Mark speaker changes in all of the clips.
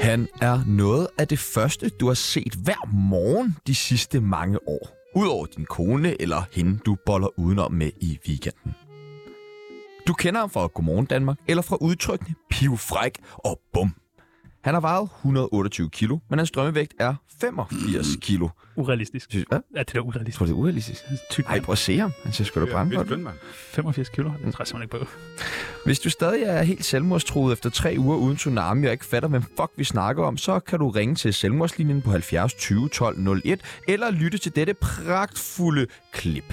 Speaker 1: Batman er noget af det første, du har set hver morgen de sidste mange år. Udover din kone eller hende, du boller udenom med i weekenden. Du kender ham fra Godmorgen Danmark eller fra udtrykkene pivfræk og bum. Han har vejet 128 kilo, men hans drømmevægt er 85 kilo.
Speaker 2: Urealistisk.
Speaker 1: Synes, hvad?
Speaker 2: Ja, det er da
Speaker 1: Jeg
Speaker 2: urealistisk.
Speaker 1: tror, det er urealistisk.
Speaker 2: Tyk
Speaker 1: Ej, prøv at se ham. Han ser sgu da brændt på det.
Speaker 2: 85 kilo, det tror jeg simpelthen ikke på.
Speaker 1: Hvis du stadig er helt selvmordstruet efter tre uger uden tsunami og ikke fatter, hvem fuck vi snakker om, så kan du ringe til selvmordslinjen på 70 20 12 01, eller lytte til dette pragtfulde klip.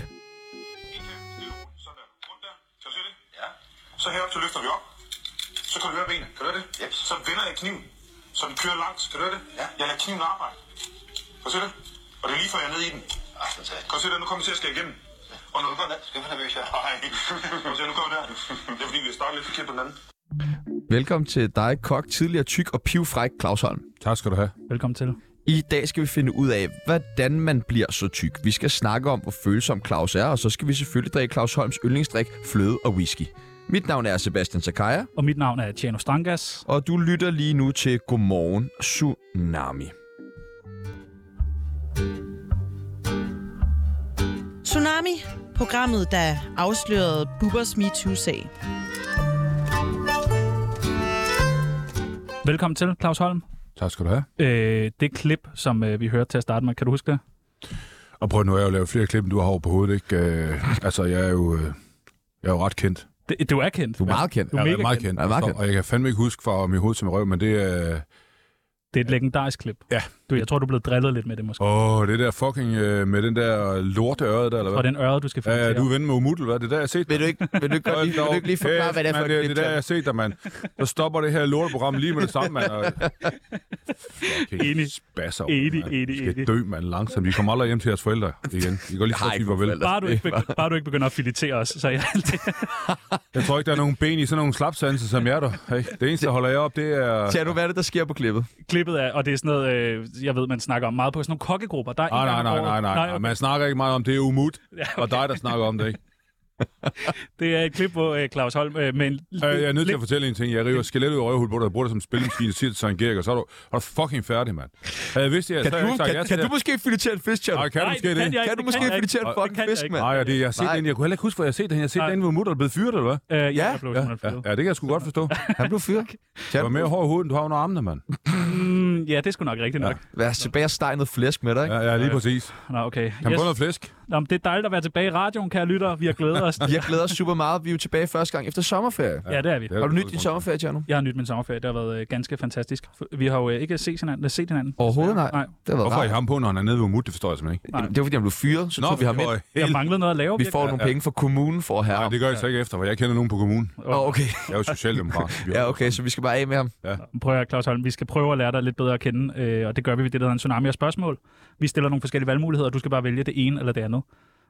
Speaker 3: Så heroppe, så løfter vi op. Så kan du høre benet. Kan du høre det? Yep. Så vender jeg kniven, så den kører langt. Kan du høre det? Ja. Jeg lader kniven arbejde. Kan du se det? Og det er lige før jeg er nede i den. Kan du se det? Nu kommer Ah, jeg til at skære igennem. Og når du går... Skal vi være nervøs, ja? Nej. Kan du se, nu kommer der. Det er fordi, vi har startet lidt forkert på den anden.
Speaker 1: Velkommen til dig, kok, tidligere tyk og pivfræk Claus Holm.
Speaker 4: Tak skal du have.
Speaker 2: Velkommen til.
Speaker 1: I dag skal vi finde ud af, hvordan man bliver så tyk. Vi skal snakke om, hvor følsom Claus er, og så skal vi selvfølgelig drikke Claus Holms yndlingsdrik, fløde og whisky. Mit navn er Sebastian Sakaya,
Speaker 2: Og mit navn er Tjano Strangas.
Speaker 1: og du lytter lige nu til Godmorgen Tsunami.
Speaker 5: Tsunami, programmet, der afslørede Bubbers MeToo-sag.
Speaker 2: Velkommen til, Claus Holm.
Speaker 4: Tak skal du have.
Speaker 2: Øh, det klip, som øh, vi hørte til at starte med, kan du huske det?
Speaker 4: Og prøv nu, jeg har jo lavet flere klip, end du har over på hovedet, ikke? Øh, altså, jeg er jo... øh, Jeg er jo ret kendt.
Speaker 2: det du er kendt.
Speaker 1: Du er meget kendt.
Speaker 2: Du er
Speaker 4: jeg
Speaker 2: mega
Speaker 4: meget
Speaker 2: kendt.
Speaker 4: kendt.
Speaker 1: Ja, meget
Speaker 4: Så-
Speaker 1: kendt.
Speaker 4: Og jeg kan fandme ikke huske fra mit hoved til min røv, men det er... Øh,
Speaker 2: Det er et legendarisk klip.
Speaker 4: Ja.
Speaker 2: Du, jeg tror, du er blevet drillet lidt med det måske.
Speaker 4: åh, det der fucking øh, med den der lorte øre der, eller
Speaker 2: Og
Speaker 4: hvad?
Speaker 2: den øre, du skal finde
Speaker 4: Ja, ja,
Speaker 2: til.
Speaker 4: du er ven med Umudel, hvad? Det er der, jeg har set
Speaker 1: Vil du ikke, vil du ikke, godt lige, vil du ikke lige forklare, hvad det er for
Speaker 4: mand,
Speaker 1: et
Speaker 4: det,
Speaker 1: klip,
Speaker 4: det er der, jeg har set dig, mand. Så stopper det her lorteprogram lige med det samme, mand. Og... Fucking
Speaker 2: Enig.
Speaker 4: Spasser,
Speaker 2: Enig,
Speaker 4: mand.
Speaker 2: enig,
Speaker 4: I skal
Speaker 2: enig.
Speaker 4: dø, mand, langsomt. Vi kommer aldrig hjem til jeres forældre igen. I går lige
Speaker 1: Jeg har
Speaker 4: så
Speaker 1: ikke
Speaker 4: vi var
Speaker 1: nogen
Speaker 4: vel.
Speaker 1: forældre.
Speaker 2: Bare du, ikke begy- bare du ikke begynder at filetere os, så jeg
Speaker 4: Jeg tror ikke, der er nogen ben i sådan nogle slapsanser som jer, der. Hey, det eneste, der holder jer op, det er...
Speaker 1: Tja, nu hvad er det, der sker på klippet?
Speaker 2: klippet af, og det er sådan noget, øh, jeg ved, man snakker om meget på, sådan nogle kokkegrupper. Der er
Speaker 4: Nej,
Speaker 2: en
Speaker 4: Ah, nej,
Speaker 2: gang om
Speaker 4: nej,
Speaker 2: året-
Speaker 4: nej, nej, nej.
Speaker 2: okay.
Speaker 4: Man snakker ikke meget om det, det er umut. Og dig, der snakker om det, ikke?
Speaker 2: Det er et klip, hvor øh, Claus Holm øh, med en...
Speaker 4: Øh, jeg er nødt til at fortælle en ting. Jeg river skelettet ud af røvhul på dig, og bruger det som spillemaskine, og siger til Søren Gerg, og så er du, er du fucking færdig, mand. Havde jeg vidst det, her,
Speaker 1: Kan
Speaker 4: så havde jeg
Speaker 1: du,
Speaker 4: ikke sagt ja
Speaker 1: kan,
Speaker 4: til
Speaker 1: kan
Speaker 4: det
Speaker 1: du
Speaker 4: her.
Speaker 1: måske filetere en fisk, Tja?
Speaker 4: Nej, kan du
Speaker 2: Nej,
Speaker 4: måske
Speaker 2: det
Speaker 4: det?
Speaker 2: kan jeg
Speaker 1: Kan
Speaker 2: ikke,
Speaker 1: du
Speaker 2: det
Speaker 1: måske
Speaker 2: kan jeg
Speaker 1: filetere
Speaker 2: ikke.
Speaker 1: en
Speaker 2: Og det
Speaker 1: fucking
Speaker 2: kan jeg
Speaker 1: fisk,
Speaker 2: ikke.
Speaker 1: mand?
Speaker 4: Nej, og det, jeg har set
Speaker 1: Nej.
Speaker 4: den. Jeg kunne heller ikke huske, hvor jeg har set den. Jeg har set
Speaker 2: Nej.
Speaker 4: den, hvor mutter er blevet fyret, eller hvad?
Speaker 2: Øh,
Speaker 1: Ja.
Speaker 2: ja, jeg blev
Speaker 4: Ja,
Speaker 2: simpelthen
Speaker 4: ja,
Speaker 2: fyret.
Speaker 4: ja, det kan jeg sgu godt forstå.
Speaker 1: Han blev fyret.
Speaker 4: Du var mere hård i hovedet, end du har under armene, mand.
Speaker 2: Mm, ja, det er sgu nok rigtigt nok.
Speaker 1: Vær tilbage og steg noget flæsk med dig, ikke?
Speaker 4: Ja, ja, lige præcis.
Speaker 2: Ah,
Speaker 4: Kan
Speaker 2: Nå, okay.
Speaker 4: man
Speaker 2: Yes.
Speaker 4: få noget flæsk?
Speaker 2: Nå, men det er dejligt at være tilbage i radioen, kære lytter. Vi har glædet os.
Speaker 1: Vi har glædet os super meget. Vi er jo tilbage første gang efter sommerferie.
Speaker 2: ja, det er vi.
Speaker 4: Det er
Speaker 1: Har du
Speaker 4: der
Speaker 1: nydt din
Speaker 4: god
Speaker 1: sommerferie, Tjerno?
Speaker 2: Jeg har nydt min sommerferie. Det har været øh, ganske fantastisk. Vi har jo øh, ikke set hinanden. Set hinanden.
Speaker 1: Overhovedet nej.
Speaker 2: Nej.
Speaker 1: Det har
Speaker 4: grund.
Speaker 1: været
Speaker 4: Hvorfor har I
Speaker 1: rart.
Speaker 4: ham på, når han er nede ved Mut? Det forstår jeg simpelthen ikke.
Speaker 2: Nej.
Speaker 1: Det var, fordi han blev fyret, så tog vi ham
Speaker 4: for
Speaker 1: ind.
Speaker 2: Jeg
Speaker 4: hel-
Speaker 2: manglede noget at lave.
Speaker 1: Vi
Speaker 2: virkelig.
Speaker 1: får nogle penge fra kommunen for at have
Speaker 4: Nej,
Speaker 1: ham.
Speaker 4: det gør jeg så ikke efter, for jeg kender nogen på kommunen.
Speaker 1: Åh, okay.
Speaker 4: Jeg er jo socialdemokrat.
Speaker 1: Ja, okay, så vi skal bare af med ham.
Speaker 2: Prøv at høre, Claus Holm, vi skal prøve at lære dig lidt bedre at kende, øh, og det gør vi ved det, der hedder en tsunami af spørgsmål. Vi stiller nogle forskellige valgmuligheder, og du skal bare vælge det ene eller det andet.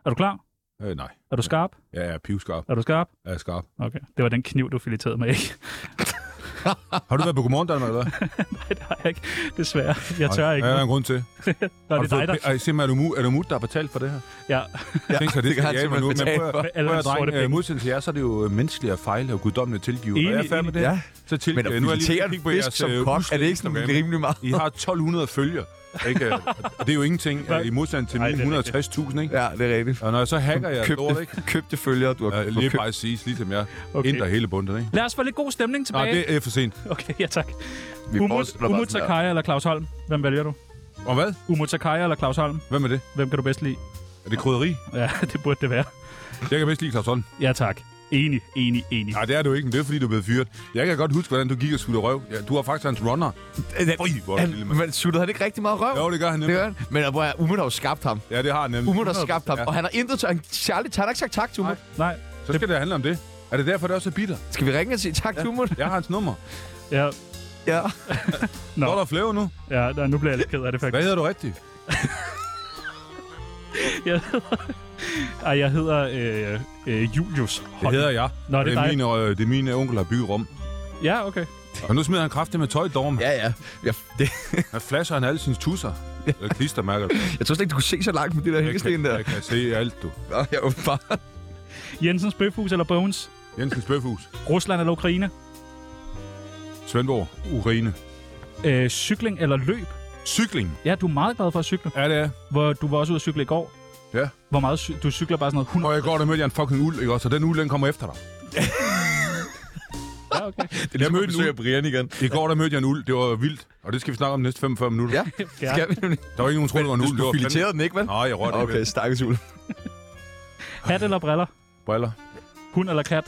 Speaker 2: Er du klar?
Speaker 4: Øh, nej,
Speaker 2: Er du skarp?
Speaker 4: jeg er pivskarp.
Speaker 2: Er du skarp?
Speaker 4: Jeg er skarp.
Speaker 2: Okay, det var den kniv, du fileterede mig ikke.
Speaker 4: Har du været på Godmorgen Danmark, eller hvad?
Speaker 2: det har jeg ikke, desværre. Jeg tør ikke.
Speaker 4: Ja,
Speaker 2: Ja,
Speaker 4: der er en grund til.
Speaker 2: Nå,
Speaker 4: Har
Speaker 2: det
Speaker 4: du
Speaker 2: er dig,
Speaker 4: fået...
Speaker 2: der...
Speaker 4: Ej, se, er du, Mut- er du Mut, der har betalt for det her?
Speaker 2: Ja,
Speaker 1: Ja,
Speaker 4: Tænk sig, det,
Speaker 1: det kan han
Speaker 4: skal jeg
Speaker 1: simpelthen
Speaker 4: nu, men
Speaker 1: betale
Speaker 4: prøv,
Speaker 1: for.
Speaker 4: at-
Speaker 2: Alle
Speaker 4: prøv at
Speaker 2: hans sorte
Speaker 4: drenge, øh,
Speaker 2: penge.
Speaker 4: modsætning til jer, så er det jo øh, menneskeligt at fejle og guddommeligt tilgive.
Speaker 2: Enig,
Speaker 4: Og jeg er færdig med det.
Speaker 1: Ja.
Speaker 4: Så til, øh,
Speaker 1: Men at
Speaker 4: nu er jeg lige
Speaker 1: filetere
Speaker 4: at
Speaker 1: en
Speaker 4: kigge på
Speaker 1: fisk
Speaker 4: jeres
Speaker 1: som
Speaker 4: øh,
Speaker 1: kok, er det ikke sådan
Speaker 4: Instagram.
Speaker 1: rimelig meget?
Speaker 4: I har 1200 følgere, ikke? Og det er jo ingenting
Speaker 2: Hvad?
Speaker 4: øh, i modsætning til
Speaker 2: Nej,
Speaker 4: mine
Speaker 2: det er
Speaker 4: 160.000, ikke?
Speaker 1: Ja, det er rigtigt.
Speaker 4: Og når jeg så hacker jeg lort, ikke?
Speaker 1: Købte, købte følgere, du har
Speaker 4: Ja,
Speaker 1: du
Speaker 4: lige
Speaker 1: har købt.
Speaker 4: bare siges, ligesom jeg.
Speaker 2: Okay.
Speaker 4: Okay. Ind hele bundet, ikke?
Speaker 2: lad os få lidt god stemning
Speaker 4: Nej,
Speaker 2: tilbage.
Speaker 4: det er for sent.
Speaker 2: Okay, ja tak.
Speaker 1: Vi
Speaker 2: Umut,
Speaker 1: fortsætter bare
Speaker 2: Umut
Speaker 1: sådan her.
Speaker 2: Sakai eller Claus Holm? Hvem vælger du?
Speaker 4: Og hvad?
Speaker 2: Umut Sakai eller Claus Holm?
Speaker 4: Hvem er det?
Speaker 2: Hvem kan du bedst lide?
Speaker 4: Er det krydderi?
Speaker 2: Ja, det burde det være.
Speaker 4: Jeg kan bedst lide Claus Holm.
Speaker 2: Ja tak. Enig, enig, enig.
Speaker 4: Nej, det er du ikke, men det er fordi, du er blevet fyret. Jeg kan godt huske, hvordan du gik og skudte røv. Ja, du har faktisk hans runner. Fri, Øh, hvor er
Speaker 1: Han,
Speaker 4: du lille, mand.
Speaker 1: men suttede han ikke rigtig meget røv?
Speaker 4: Jo, det gør han
Speaker 1: Det
Speaker 4: nemlig.
Speaker 1: gør han. Men øh, hvor er Umut har jo skabt ham.
Speaker 4: Ja, det har han nemlig.
Speaker 1: Umut har skabt ham,
Speaker 4: Ja.
Speaker 1: og han har intet til... Han, Charlie, han har ikke sagt tak til Umut.
Speaker 2: Nej.
Speaker 4: Så skal det handle om det. Er det derfor, det også er bitter?
Speaker 1: Skal vi ringe og sige tak til Umut?
Speaker 4: Jeg har hans nummer.
Speaker 2: Ja,
Speaker 1: Ja.
Speaker 2: Nå.
Speaker 4: Hvor er der flere nu?
Speaker 2: ja nej, nu bliver jeg lidt ked af det faktisk.
Speaker 4: Hvad hedder du rigtigt?
Speaker 2: Jeg hedder... Ej, jeg hedder øh, øh, Julius Holm.
Speaker 4: Det hedder jeg.
Speaker 2: Nå, det er
Speaker 4: det, er
Speaker 2: dig.
Speaker 4: min, øh, det er min øh, onkel, der har bygget rum.
Speaker 2: Ja, okay.
Speaker 4: Og nu smider han kraftigt med tøj, Dorm.
Speaker 1: Ja, ja. Jeg, det,
Speaker 4: Han flasher han alle sine tusser. Eller klistermærker.
Speaker 1: jeg tror slet ikke, du kunne se så langt med det der
Speaker 4: Jeg kan,
Speaker 1: hængesten der.
Speaker 4: jeg kan se alt, du.
Speaker 1: Nå, jeg var bare...
Speaker 2: Jensens Bøfhus eller Bones?
Speaker 4: Jensens Bøfhus.
Speaker 2: Rusland eller Ukraine?
Speaker 4: Svendborg. Urine.
Speaker 2: Øh, cykling eller løb?
Speaker 4: Cykling.
Speaker 2: Ja, du er meget glad for at cykle.
Speaker 4: Ja, det er.
Speaker 2: Hvor du var også ude at cykle i går.
Speaker 4: Ja.
Speaker 2: Hvor meget cy- du cykler bare sådan noget 100.
Speaker 4: Og jeg går der mødte jeg en fucking uld, ikke også? Og den uld, den kommer efter dig.
Speaker 2: Ja, okay.
Speaker 1: Det er
Speaker 4: Jeg
Speaker 1: ligesom,
Speaker 4: mødte
Speaker 1: at besøge
Speaker 4: nu.
Speaker 1: Brian igen.
Speaker 4: I går der mødte jeg en uld. Det var vildt. Og det skal vi snakke om de næste 45 minutter.
Speaker 1: Ja,
Speaker 2: Ja.
Speaker 1: skal vi nemlig.
Speaker 4: Der var ikke nogen, der troede, det var en uld. Det
Speaker 1: Du
Speaker 4: var fandme-
Speaker 1: fileterede den ikke, vel?
Speaker 4: Nej, jeg rørte okay.
Speaker 1: Okay,
Speaker 4: ikke
Speaker 1: stakkes uld.
Speaker 2: Hat eller briller?
Speaker 4: ved. Briller.
Speaker 2: Hund eller kat?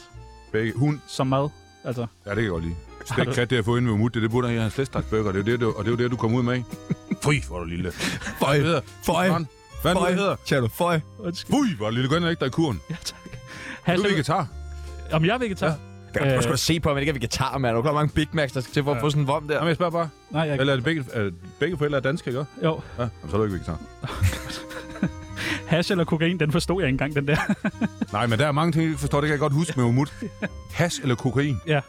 Speaker 4: Begge. Hund.
Speaker 2: Som mad? Altså,
Speaker 4: Ja, det kan jeg godt lide. Stegt kat, det har fået inde ved mut, det er det burde i hans flæskestagsbøger. Det er jo det, du, og det er jo det, du kom ud med, ikke? Fy, hvor er du lille.
Speaker 1: Føj,
Speaker 4: hedder?
Speaker 1: føj,
Speaker 4: Fran, Hvad er det,
Speaker 1: føj,
Speaker 4: det hedder?
Speaker 1: tja du, føj.
Speaker 2: undskyld.
Speaker 4: Fy, hvor er du lille. Gør den ikke dig i kuren.
Speaker 2: Ja, tak.
Speaker 4: Du
Speaker 2: Hash
Speaker 4: er vegetar.
Speaker 2: Om jeg er vegetar? Ja.
Speaker 1: Kan
Speaker 2: Øh.
Speaker 1: du skulle se på, om man ikke er vegetar, mand. Er Du klar, hvor mange Big Macs, der skal til for at få sådan en vom der.
Speaker 4: Jamen, jeg spørger bare.
Speaker 2: Nej, jeg er ikke.
Speaker 4: Eller er det begge, er begge forældre er danske, ikke? også?
Speaker 2: Jo.
Speaker 4: Ja, jamen, så er du ikke vegetar.
Speaker 2: Hash eller kokain, den forstod jeg ikke engang, den der.
Speaker 4: Nej, men der er mange ting, jeg ikke forstår. Det kan jeg godt huske med Umut. Hash eller kokain?
Speaker 2: ja.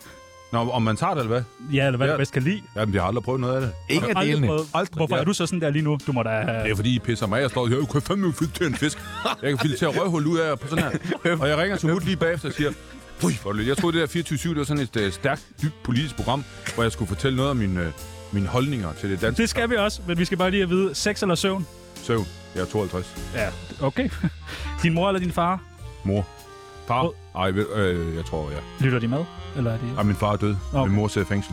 Speaker 4: Nå, om man tager det, eller hvad?
Speaker 2: ja, eller hvad
Speaker 4: Ja.
Speaker 2: du bedst kan lide.
Speaker 4: Jamen, jeg har aldrig prøvet noget af det.
Speaker 1: Ingen af
Speaker 2: Aldrig
Speaker 1: delene.
Speaker 2: prøvet.
Speaker 4: Aldrig,
Speaker 2: Hvorfor
Speaker 4: ja.
Speaker 2: er du så sådan der lige nu? Du må da...
Speaker 4: Det er fordi, I pisser mig af og slår, jeg kan fandme filtere en fisk. Jeg kan filtere røvhul ud af jer på sådan her. Og jeg ringer til Mut lige bagefter og siger, Fy, hvor er det lidt." jeg troede, det der 24-7, det var sådan et uh, stærkt, dybt politisk program, hvor jeg skulle fortælle noget om mine, uh, mine holdninger til det danske
Speaker 2: Det skal vi også, men vi skal bare lige have vide, sex eller søvn?
Speaker 4: søvn. Jeg er 52.
Speaker 2: Ja, okay. Din mor eller din far?
Speaker 4: Mor. Far?
Speaker 2: Brød.
Speaker 4: Nej, øh, jeg tror, ja.
Speaker 2: Lytter de med? Eller er de...
Speaker 4: Ej, min far er død.
Speaker 2: Nå.
Speaker 4: Min mor sidder i fængsel.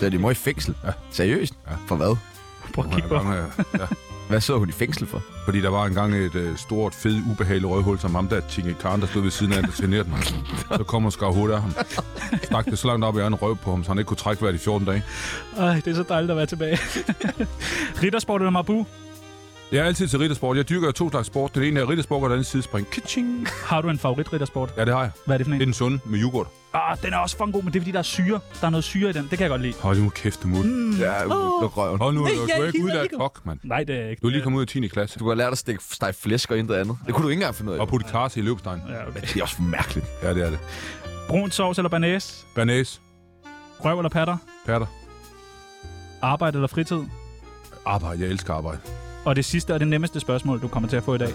Speaker 1: Det er de mor i fængsel.
Speaker 4: Ja.
Speaker 1: Seriøst? For hvad?
Speaker 2: Prøv at
Speaker 4: Hun
Speaker 2: kigge
Speaker 4: er
Speaker 2: på.
Speaker 4: bange, øh, ja.
Speaker 1: Hvad sidder hun i fængsel for?
Speaker 4: Fordi der var engang et øh, stort, fedt, ubehageligt røghul, som ham der Tinge Karen, der stod ved siden af, der generede mig. Så kom og skar hovedet af ham. Stak det så langt op i egen røv på ham, så han ikke kunne trække vejret i 14 dage.
Speaker 2: Ej, det er så dejligt at være tilbage. Riddersport eller Mabu?
Speaker 4: Jeg er altid til riddersport. Jeg dyrker to slags sport. Den ene er riddersport, og den anden sidespring. Kitching.
Speaker 2: Har du en favorit riddersport?
Speaker 4: Ja, det har jeg.
Speaker 2: Hvad er det for
Speaker 4: Det er
Speaker 2: en?
Speaker 4: den sunde med yoghurt.
Speaker 2: Ah, den er også fucking god, men det er fordi, der er syre. Der er noget syre i den. Det kan jeg godt lide.
Speaker 4: Hold nu kæft, det mut. Mm.
Speaker 1: Ja, oh. røven.
Speaker 4: Hold nu, du,
Speaker 5: jeg
Speaker 4: du er ikke
Speaker 5: gider
Speaker 4: udlært
Speaker 5: ikke.
Speaker 4: kok, mand.
Speaker 2: Nej, det er jeg ikke.
Speaker 4: Du er lige kommet ud i 10. klasse.
Speaker 1: Du har lært at stikke steg flæsk og intet andet. Det kunne du ikke engang finde ud af.
Speaker 4: Og putte karse i løbstegn.
Speaker 2: Ja, okay.
Speaker 1: Det er også mærkeligt.
Speaker 4: Ja, det er det.
Speaker 2: Brun sovs eller banæs?
Speaker 4: Bernays.
Speaker 2: Røv eller patter?
Speaker 4: Patter.
Speaker 2: Arbejde eller fritid?
Speaker 4: Arbejde. Jeg elsker arbejde.
Speaker 2: Og det sidste og det nemmeste spørgsmål, du kommer til at få i dag.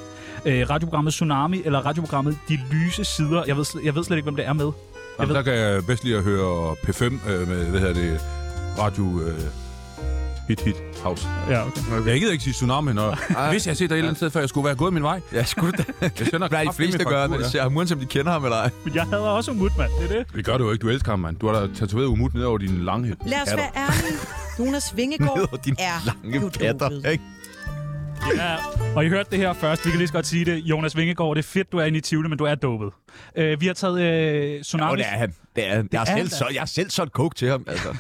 Speaker 2: Øh, radioprogrammet Tsunami eller radioprogrammet De Lyse Sider? Jeg ved, sl- jeg ved slet ikke, hvem det er med. Jeg
Speaker 4: Jamen,
Speaker 2: ved,
Speaker 4: der kan jeg bedst lide at høre P5 øh, med, hvad hedder det, radio øh, Hit Hit House.
Speaker 2: ja, okay.
Speaker 4: Jeg gider ikke sige tsunami, når... Hvis jeg har set dig et eller andet sted, før jeg skulle være gået min vej.
Speaker 1: Ja, skulle det
Speaker 4: Jeg sender
Speaker 1: Hvad er de
Speaker 4: kraftedeme
Speaker 1: fleste, der gør, når
Speaker 4: faktura,
Speaker 1: de
Speaker 4: ja.
Speaker 1: ser ham, uanset om de kender ham eller ej?
Speaker 2: Men jeg hader også Umut, mand. Det er det.
Speaker 4: Det gør du jo ikke. Du elsker ham, mand. Du har da tatoveret umut ned over dine lange
Speaker 5: Lad os
Speaker 4: patter.
Speaker 5: være ærlige. Jonas
Speaker 1: Ned
Speaker 5: Vingegaard
Speaker 1: over dine
Speaker 5: er
Speaker 1: lange
Speaker 5: jo
Speaker 1: patter,
Speaker 5: dopet.
Speaker 1: ikke?
Speaker 2: Ja, og I hørte det her først. Vi kan lige så godt sige det. Jonas Vingegaard, det er fedt, du er inde i Tivoli, men du er dopet. Øh, vi har taget øh,
Speaker 1: Og
Speaker 2: Tsunami.
Speaker 1: det er han. Det er han. Jeg har
Speaker 2: er
Speaker 1: selv,
Speaker 2: han da.
Speaker 1: solgt- jeg har selv solgt coke til ham, altså.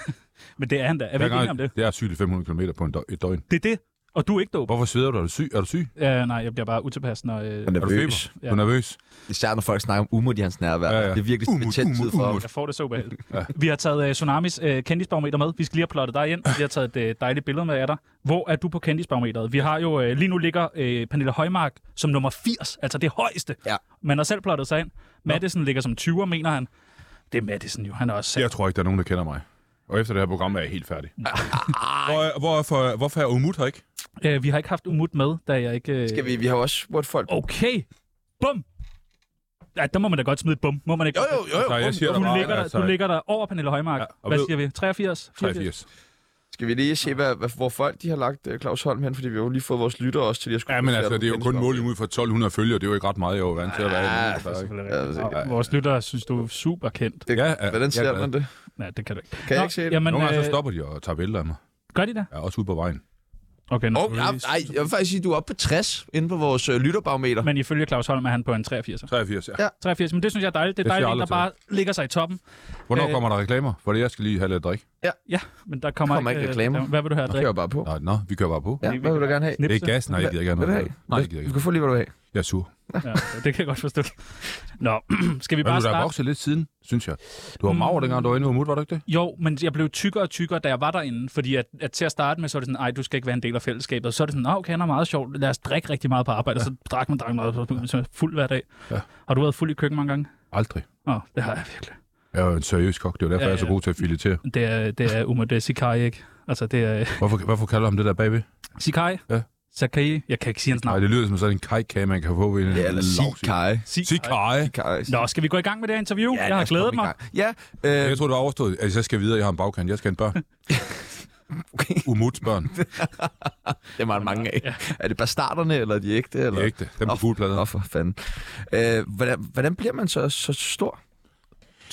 Speaker 2: Men det er han da. Er vi
Speaker 4: Hver
Speaker 2: ikke enige om
Speaker 4: gang,
Speaker 2: det?
Speaker 4: det er sygt i 500 km på en dø- et døgn.
Speaker 2: Det er det. Og du er ikke dopet.
Speaker 4: Hvorfor sveder du? Er du syg? Er du syg?
Speaker 2: Uh, nej, jeg bliver bare utilpas, når... Øh,
Speaker 1: Han
Speaker 4: Er du feber?
Speaker 2: Ja.
Speaker 4: Du er nervøs?
Speaker 1: Især når folk snakker om umod i hans nærvær.
Speaker 4: Ja, ja.
Speaker 1: Det er virkelig
Speaker 4: Umut,
Speaker 1: en betændt tid
Speaker 4: umut,
Speaker 1: for ham.
Speaker 4: umut.
Speaker 2: jeg får det så ubehageligt. ja. Vi har taget uh, Tsunamis uh, kendisbarometer med. Vi skal lige have plottet dig ind. Vi har taget et uh, dejligt billede med af dig. Hvor er du på kendisbarometeret? Vi har jo... Uh, lige nu ligger uh, Pernille Højmark som nummer 80, altså det højeste.
Speaker 1: Ja.
Speaker 2: Man har selv plottet sig ind. Madison ligger som 20'er, mener han. Det er Madison jo, han er også selv.
Speaker 4: Jeg tror ikke, der er nogen, der kender mig. Og efter det her program er jeg helt færdig. Hvor, er- hvorfor, hvorfor er Umut her ikke?
Speaker 2: Øh, vi har ikke haft Umut med, da jeg ikke... Øh...
Speaker 1: Skal vi, vi har jo også spurgt folk.
Speaker 2: Okay. Bum! Ja, der må man da godt smide et bum, må man ikke?
Speaker 1: Jo, jo, jo.
Speaker 4: Nej,
Speaker 1: jo.
Speaker 4: jeg siger
Speaker 2: Du
Speaker 4: der bare,
Speaker 2: ligger,
Speaker 4: altså,
Speaker 2: der, du ligger der over Pernille Højmark.
Speaker 4: Ja,
Speaker 2: Ja,
Speaker 4: og
Speaker 2: Hvad
Speaker 4: ved-
Speaker 2: siger vi? 83?
Speaker 4: 83.
Speaker 1: Skal vi lige se, hvad, hvad, hvor folk de har lagt øh, Claus Holm hen? Fordi vi har jo lige fået vores lytter også til, at jeg skulle...
Speaker 4: Ja, men
Speaker 1: placere
Speaker 4: altså,
Speaker 1: dem
Speaker 4: det er jo
Speaker 1: på
Speaker 4: kun
Speaker 1: Instagram.
Speaker 4: måling ud for 1200 følgere. Det er jo ikke ret meget, jeg er jo vant til at være. i den her
Speaker 2: Det er
Speaker 4: sted, ikke?
Speaker 2: selvfølgelig
Speaker 1: Ja, det er
Speaker 2: rigtigt.
Speaker 1: sikkert.
Speaker 2: Og Vores lyttere synes, du er super kendt.
Speaker 1: altså, Det,
Speaker 4: Ja,
Speaker 1: ja,
Speaker 4: ja,
Speaker 1: hvordan
Speaker 4: jeg
Speaker 1: ser
Speaker 4: er
Speaker 1: man det?
Speaker 2: Nej, det kan du ikke.
Speaker 1: Kan jeg ikke se det?
Speaker 2: Jamen,
Speaker 4: Nogle gange så
Speaker 2: øh,
Speaker 4: stopper de og tager billeder af mig.
Speaker 2: gør de det?
Speaker 4: Ja, også ude på vejen.
Speaker 2: Okay, nu.
Speaker 1: Åh, oh,
Speaker 2: er vi-
Speaker 1: nej, jeg vil faktisk sige, at du er oppe på 60 inde på vores øh, lytterbarometer.
Speaker 2: Men ifølge Claus Holm er han på en 83.
Speaker 4: 83, ja.
Speaker 1: Ja.
Speaker 2: 83, men det synes jeg er dejligt. Det er
Speaker 4: Det siger
Speaker 2: dejligt, en, der
Speaker 4: jeg
Speaker 2: bare ligger sig i toppen.
Speaker 4: Hvornår
Speaker 2: Øh.
Speaker 4: kommer der reklamer? Fordi jeg skal lige have lidt drik.
Speaker 2: Ja, men der kommer,
Speaker 1: kommer ikke
Speaker 2: øh,
Speaker 1: reklamer.
Speaker 2: der- Hvad vil du have at
Speaker 1: Det
Speaker 2: drikke?
Speaker 1: kører bare på.
Speaker 4: Nå, nå, vi kører bare på.
Speaker 1: Ja, hvad vil du gerne have?
Speaker 4: Det er ikke gas, nej, jeg gider ikke have
Speaker 1: Vil du
Speaker 4: noget.
Speaker 1: have?
Speaker 4: Nej, det gider jeg
Speaker 1: Du
Speaker 4: ikke.
Speaker 1: kan få lige, hvad du vil have.
Speaker 4: Jeg er sur.
Speaker 2: Ja, det kan jeg godt forstå. Nå, skal vi
Speaker 4: Men
Speaker 2: bare
Speaker 4: du har
Speaker 2: starte?
Speaker 4: vokset lidt siden, synes jeg. Du
Speaker 1: Mm.
Speaker 4: var mager, dengang du var inde i Umut, var du ikke det?
Speaker 2: Jo, men jeg blev tykkere og tykkere, da jeg var derinde, fordi at, at til at starte med, så er det sådan, nej, du skal ikke være en del af fællesskabet. Så er det sådan, "Nå, okay, han er meget sjov, lad os drikke rigtig meget på arbejde, og så drak man, drak noget, så blev man så fuld hver dag. Ja.
Speaker 4: Ja.
Speaker 2: Har du været fuld i køkkenet mange gange?
Speaker 4: Aldrig.
Speaker 2: Åh, oh, det har jeg virkelig.
Speaker 4: Jeg er jo en seriøs kok, det er jo derfor,
Speaker 2: Ja,
Speaker 4: jeg er så
Speaker 2: ja.
Speaker 4: god til at filetere.
Speaker 2: Det er, det er Umade Sikai, ikke? Altså, det er
Speaker 4: Hvorfor, hvorfor kalder du ham det der bagved?
Speaker 2: Sikai?
Speaker 4: Ja.
Speaker 2: Sakai? Jeg kan ikke sige hans
Speaker 4: Nej,
Speaker 2: navn.
Speaker 4: det lyder som sådan en kajkage, man kan få ved en
Speaker 1: Ja, eller sig, Kai.
Speaker 4: Sikaj.
Speaker 1: Kai.
Speaker 2: Nå, skal vi gå i gang med det her interview?
Speaker 1: Ja,
Speaker 2: jeg
Speaker 1: lad
Speaker 2: har
Speaker 1: os
Speaker 2: glædet
Speaker 1: komme i
Speaker 2: mig.
Speaker 1: gang. Ja, øh,
Speaker 4: Jeg tror, du har overstået. Altså, jeg skal videre. Jeg har en bagkant. Jeg skal have en børn.
Speaker 1: Okay.
Speaker 4: Umuts børn.
Speaker 1: Det var der mange af. Ja. Er det bastarderne, eller er de ægte? Eller?
Speaker 4: Det er ægte. Dem på
Speaker 1: Nå,
Speaker 4: fugleplader.
Speaker 1: Nå, for fanden. Øh, hvordan, hvordan bliver man så, så stor?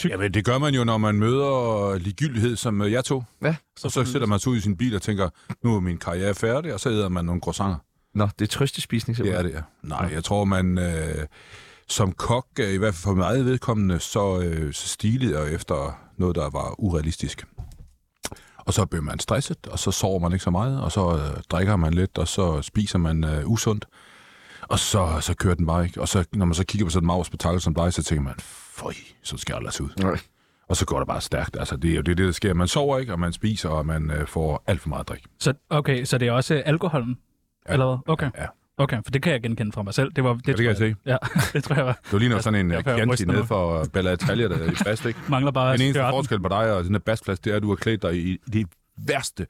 Speaker 4: Jamen, det gør man jo, når man møder ligegyldighed, som øh, jeg tog.
Speaker 1: Hvad?
Speaker 4: Og så sætter man sig ud i sin bil og tænker, nu er min karriere færdig, og så æder man nogle croissanter.
Speaker 1: Nå, det er trøstespisning
Speaker 4: Det er
Speaker 1: simpelthen.
Speaker 4: det, ja. Nej, jeg tror, man øh, som kok, øh, i hvert fald for mit eget vedkommende, så, øh, så stilede jeg efter noget, der var urealistisk. Og så bliver man stresset, og så sover man ikke så meget, og så øh, drikker man lidt, og så spiser man øh, usundt. Og så, så kører den bare, ikke? Og så, når man så kigger på sådan en mager spektakel som dig, så tænker man, føj, så skal jeg aldrig se ud.
Speaker 1: Nej.
Speaker 4: Og så går det bare stærkt. Altså, det er jo det, er det, der sker. Man sover ikke, og man spiser, og man øh, får alt for meget drik.
Speaker 2: Så, okay, så det er også øh, alkoholen? Ja. Eller hvad? Okay.
Speaker 4: Ja.
Speaker 2: Okay, for det kan jeg genkende fra mig selv. Det, var, det, ja,
Speaker 4: det kan jeg se.
Speaker 2: Ja, det tror jeg var.
Speaker 4: Du ligner sådan en
Speaker 2: jeg
Speaker 4: øh,
Speaker 2: kan jo
Speaker 4: Chianti
Speaker 2: ryste nu.
Speaker 4: nede for Bella Italia, der er i fast, ikke?
Speaker 2: Mangler bare
Speaker 4: Den eneste
Speaker 2: skørten.
Speaker 4: forskel på dig og den der bastplads, det er, at du har klædt dig i det værste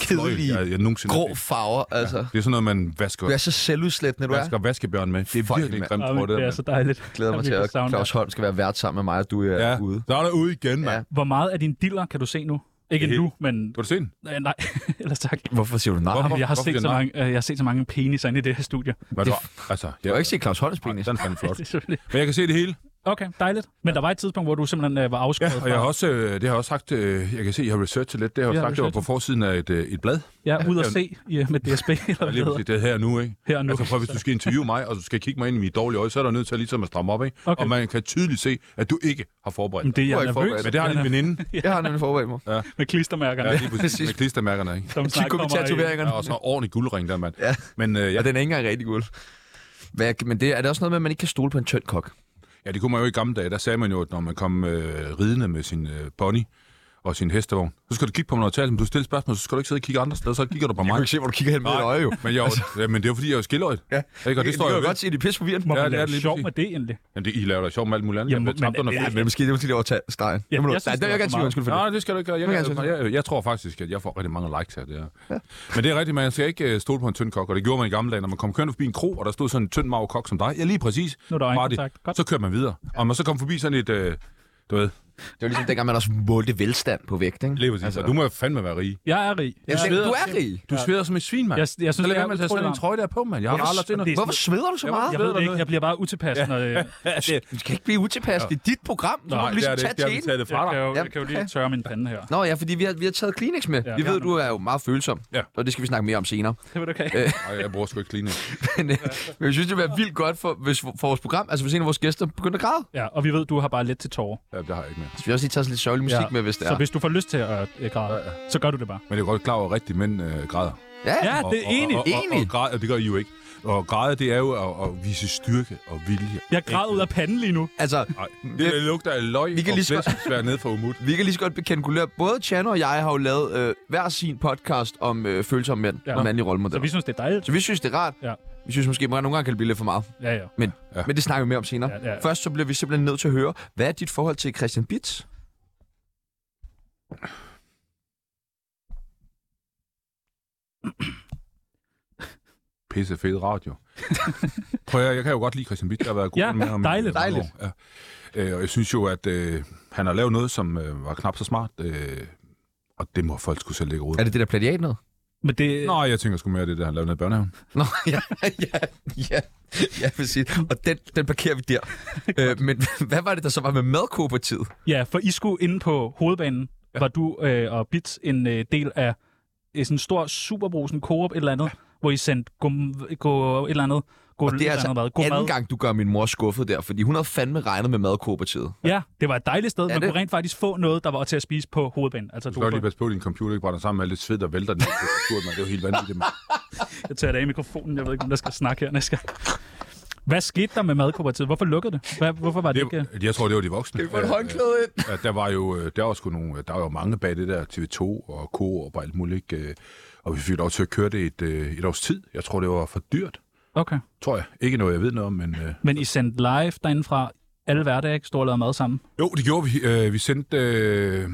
Speaker 1: Kedelige,
Speaker 4: fløj, jeg, jeg nogensinde har
Speaker 1: Grå
Speaker 4: set.
Speaker 1: farver, altså.
Speaker 4: Det er sådan noget, man vasker,
Speaker 1: Du er så selvudslættende, du er.
Speaker 4: vasker vaskebjørn med. Det er
Speaker 1: Fuck,
Speaker 4: virkelig
Speaker 1: mand.
Speaker 4: grimt,
Speaker 2: Ej,
Speaker 4: tror
Speaker 2: men
Speaker 4: jeg, det
Speaker 2: det er så dejligt.
Speaker 1: Jeg glæder mig
Speaker 2: Jeg
Speaker 1: til, at
Speaker 2: virkelig savner
Speaker 1: Claus Holm skal være vært sammen med mig, og du er
Speaker 4: Ja,
Speaker 1: ja. ude.
Speaker 4: der er der ude igen, mand.
Speaker 1: Ja.
Speaker 2: Hvor meget af din diller kan du se nu? Ikke
Speaker 4: Det
Speaker 2: endnu, men...
Speaker 4: Kan du se den?
Speaker 2: Øh, nej, ellers tak.
Speaker 1: Hvorfor siger du nej?
Speaker 4: Hvorfor?
Speaker 2: Jamen, jeg, har
Speaker 4: hvorfor
Speaker 2: set
Speaker 4: siger
Speaker 2: så
Speaker 4: du nej?
Speaker 2: mange, øh, jeg har set så mange peniser inde i det her studie.
Speaker 4: Hvad
Speaker 1: Det-
Speaker 4: det... Altså,
Speaker 1: Du
Speaker 4: jeg
Speaker 1: har ikke set Claus Holms penis.
Speaker 4: Den er fandme flot.
Speaker 2: Det er selvfølgelig...
Speaker 4: Men jeg kan se det hele.
Speaker 2: Okay, dejligt. Men der var et tidspunkt, hvor du simpelthen øh, var afskåret
Speaker 4: Ja, og jeg har også, øh, det har jeg også sagt, øh, jeg kan se, jeg har researchet lidt. Det har jeg
Speaker 2: Ja,
Speaker 4: også sagt, det var på
Speaker 2: researchet.
Speaker 4: forsiden af et, øh, et blad.
Speaker 2: ja, ud at se ja, med DSB, eller hvad
Speaker 4: Og lige
Speaker 2: det hedder.
Speaker 4: præcis, det er her nu, ikke?
Speaker 2: Her og nu.
Speaker 4: Altså, prøv, hvis du skal interviewe mig, og du skal kigge mig ind i mit dårlige øje, så er der nødt til at ligesom at stramme op, ikke?
Speaker 2: Okay.
Speaker 4: Og man kan tydeligt se, at du ikke har forberedt
Speaker 2: Men
Speaker 4: dig.
Speaker 2: det er
Speaker 1: Du
Speaker 2: jeg
Speaker 1: har ikke
Speaker 2: nervøs.
Speaker 1: forberedt
Speaker 4: Men det har
Speaker 2: Jeg
Speaker 4: din
Speaker 2: er
Speaker 4: veninde.
Speaker 1: Jeg har nemlig forberedt mig.
Speaker 2: Med klistermærkerne.
Speaker 4: Ja, lige præcis.
Speaker 1: præcis.
Speaker 4: Med klistermærkerne, ikke?
Speaker 2: som
Speaker 1: Kig
Speaker 2: snakker
Speaker 1: på
Speaker 2: om
Speaker 1: mine
Speaker 2: mig.
Speaker 1: tatoveringer.
Speaker 4: Ja, og så en ordentlig guldring der, mand.
Speaker 1: Ja.
Speaker 4: Men øh,
Speaker 1: Ja,
Speaker 4: ja,
Speaker 1: den er ikke engang rigtig guld. Hvad, men det, er det også noget med, at man ikke kan stole på en tynd kok?
Speaker 4: ja, det kunne man jo i gamle dage. Der sagde man jo, at når man kom øh, ridende med sin øh, pony og sin hestevogn, så skal du kigge på mig, når jeg taler, men du stiller spørgsmål, så skal du ikke sidde og kigge andre steder, så kigger du på mig.
Speaker 1: se, hvor du kigger hen
Speaker 4: Nej, Men, jeg, er jo- ja, men det er jo, fordi, jeg er jo skilløjet. Ja. Ikke? Og det,
Speaker 1: Det, det
Speaker 4: står
Speaker 1: kan
Speaker 4: jeg
Speaker 1: jo
Speaker 4: jo
Speaker 1: godt
Speaker 4: godt.
Speaker 1: sige, at de er pisse forvirrende.
Speaker 2: Må
Speaker 4: Ja,
Speaker 2: man
Speaker 4: det er
Speaker 2: lave
Speaker 4: det lige
Speaker 2: sjov
Speaker 4: præcis.
Speaker 2: med det egentlig?
Speaker 4: Men det, I laver da sjov med alt muligt andet.
Speaker 2: Jamen,
Speaker 4: Jeg bliver
Speaker 2: men-
Speaker 4: trampet under
Speaker 2: ja,
Speaker 4: fødderne.
Speaker 1: Men måske er det, måske lige over at tage stregen.
Speaker 2: Ja,
Speaker 1: Det må du-
Speaker 2: jeg
Speaker 1: Nej,
Speaker 2: synes,
Speaker 1: det er jeg
Speaker 2: det var
Speaker 1: ganske
Speaker 2: for meget.
Speaker 1: undskyld for det.
Speaker 4: Nej, det skal du ikke gøre. Jeg,
Speaker 1: Det må
Speaker 4: jeg,
Speaker 1: jeg
Speaker 4: jeg,
Speaker 1: gerne
Speaker 4: jeg, jeg tror faktisk, at jeg får rigtig mange likes af det her. Ja. Men det er rigtigt, man skal ikke øh, stole på en tynd kok, og det gjorde man i gamle dage, når man kom kørende forbi en kro, og der stod sådan en tynd mager kok som dig. Ja, lige præcis.
Speaker 2: Nu er der
Speaker 4: Var
Speaker 2: øjenkontakt.
Speaker 4: det.
Speaker 2: Godt.
Speaker 4: Så kører man videre. Og man så kom forbi sådan et, øh, du ved,
Speaker 1: Det var ligesom dengang, man også målte velstand på vægt, ikke?
Speaker 4: lige præcis. Altså, du må jo fandme være rig.
Speaker 2: Jeg er rig.
Speaker 1: Jeg
Speaker 2: Jeg
Speaker 1: synes, du er rig.
Speaker 4: Du sveder som et svin, mand.
Speaker 2: Jeg- jeg synes,
Speaker 4: så lad
Speaker 2: jeg er
Speaker 4: være med at tage sådan en
Speaker 2: utrolig
Speaker 4: trøje der på, mand. Jeg har aldrig set noget.
Speaker 1: Hvorfor sveder du så meget?
Speaker 2: Jeg ved det ikke. Jeg bliver bare utilpas, når øh,
Speaker 1: Du skal ikke blive utilpas. Altså, Det er dit program. Du må
Speaker 4: Nej, det
Speaker 1: ligesom
Speaker 4: er det
Speaker 1: tage
Speaker 4: ikke. Jeg vil
Speaker 1: tæten.
Speaker 4: tage det
Speaker 2: jeg
Speaker 4: fra
Speaker 2: kan
Speaker 4: dig.
Speaker 2: jo, jeg kan jo lige
Speaker 1: okay.
Speaker 2: tørre min pande her.
Speaker 1: Nå ja, fordi vi har, vi har taget Kleenex med.
Speaker 2: Ja.
Speaker 1: vi ved, du er jo meget følsom.
Speaker 4: Ja.
Speaker 1: Og det skal vi snakke mere om senere.
Speaker 2: Det var det okay.
Speaker 1: Øh.
Speaker 4: Nej, jeg bruger sgu ikke Kleenex.
Speaker 1: Men, øh, men jeg synes, det vil være vildt godt for, hvis, for vores program, altså hvis en af vores gæster begynder at græde.
Speaker 2: Ja, og vi ved, du har bare lidt til tårer.
Speaker 4: Ja, det har jeg ikke mere.
Speaker 1: Så vi har også lige taget sådan lidt sørgelig musik
Speaker 2: Ja.
Speaker 1: med, hvis det
Speaker 2: Så
Speaker 1: er.
Speaker 2: hvis du får lyst til at øh, græde, så gør du det bare.
Speaker 4: Men det er godt klar over, at rigtige mænd øh, græder.
Speaker 1: Ja,
Speaker 2: Ja,
Speaker 1: ja.
Speaker 2: det er enig.
Speaker 4: Og, og, og, og,
Speaker 1: Enig.
Speaker 4: og, græd, og det gør I jo ikke. Og græde, det er jo at, at vise styrke og vilje.
Speaker 2: Jeg græder ud af panden lige nu.
Speaker 1: altså...
Speaker 4: Nej,
Speaker 2: Mm.
Speaker 4: det, det lugter af løg
Speaker 1: Vi kan
Speaker 4: og
Speaker 1: lige så-
Speaker 4: flæskesvær nede for umut.
Speaker 1: Vi kan lige så godt bekendkulere. Både Chano og jeg har jo lavet øh, hver sin podcast om øh, følsomme mænd ja.
Speaker 2: Ja.
Speaker 1: og mandlige rollemodeller.
Speaker 2: Så vi synes, det er dejligt.
Speaker 1: så vi synes, det er rart.
Speaker 2: Ja.
Speaker 1: Vi synes måske, at nogle gange kan det blive lidt for meget.
Speaker 2: Ja, ja.
Speaker 1: Men, ja.
Speaker 4: Ja.
Speaker 1: men det snakker vi mere om senere.
Speaker 2: Ja, ja, ja.
Speaker 1: Først så bliver vi simpelthen nødt til at høre, hvad er dit forhold til Christian Bitz?
Speaker 4: Pisse fed radio. Prøv at, jeg kan jo godt lide Christian Bitt, jeg har været god
Speaker 2: Ja,
Speaker 4: med ham. i
Speaker 2: dejligt.
Speaker 4: mange
Speaker 1: Dejligt.
Speaker 4: år. Ja. Øh, og jeg synes jo, at øh, han har lavet noget, som øh, var knap så smart. Øh, og det må folk skulle selv lægge ud.
Speaker 1: Er det det der plagiat noget?
Speaker 2: Men det,
Speaker 4: Nej, jeg tænker sgu mere, det der, han lavede nede i børnehaven.
Speaker 1: Nå, ja, ja, ja, ja, præcis. Og den, den parkerer vi der. øh, men hvad var det, der så var med madkooperativet?
Speaker 2: ja, for I skulle inde på hovedbanen. Ja. Var du øh, og Bits en øh, del af øh, sådan en stor superbrusen Coop et eller andet, ja. hvor I sendte gå, gå et eller andet, gå
Speaker 1: Og det er altså
Speaker 2: andet,
Speaker 1: anden gang, du gør min mor skuffet der, fordi hun havde fandme regnet med madkooperativet.
Speaker 2: Ja, det var et dejligt sted. Man
Speaker 1: det-
Speaker 2: kunne rent faktisk få noget, der var til at spise på hovedbanen. Altså, du
Speaker 4: Du skal godt lige
Speaker 2: kunne
Speaker 4: passe på, at din computer ikke brænder sammen med alt det sved, der vælter den. her computer, mand. Det er jo helt vanvittigt. mand.
Speaker 2: jeg tager det af i mikrofonen. Jeg ved ikke, om der skal snakke her næste gang. Hvad skete der med madkooperativet? Hvorfor lukkede det? Hvad, hvorfor var det, det ikke...
Speaker 4: Det, jeg tror, det var de voksne.
Speaker 1: Vi får et
Speaker 4: Øh,
Speaker 1: håndklæde ind.
Speaker 4: Ja, der var jo øh, der var sgu nogle, der var jo mange bag det der TV2 og Coop og alt muligt. ikke? Øh, Og vi fik lov til at køre det et, øh, et års tid. Jeg tror, det var for dyrt,
Speaker 2: Okay.
Speaker 4: tror jeg. Ikke noget, jeg ved noget om, men... Øh...
Speaker 2: Men I sendte live derindefra alle hverdage, ikke? Stod og lavede mad sammen.
Speaker 4: Jo, det gjorde vi. Øh, vi sendte... Øh...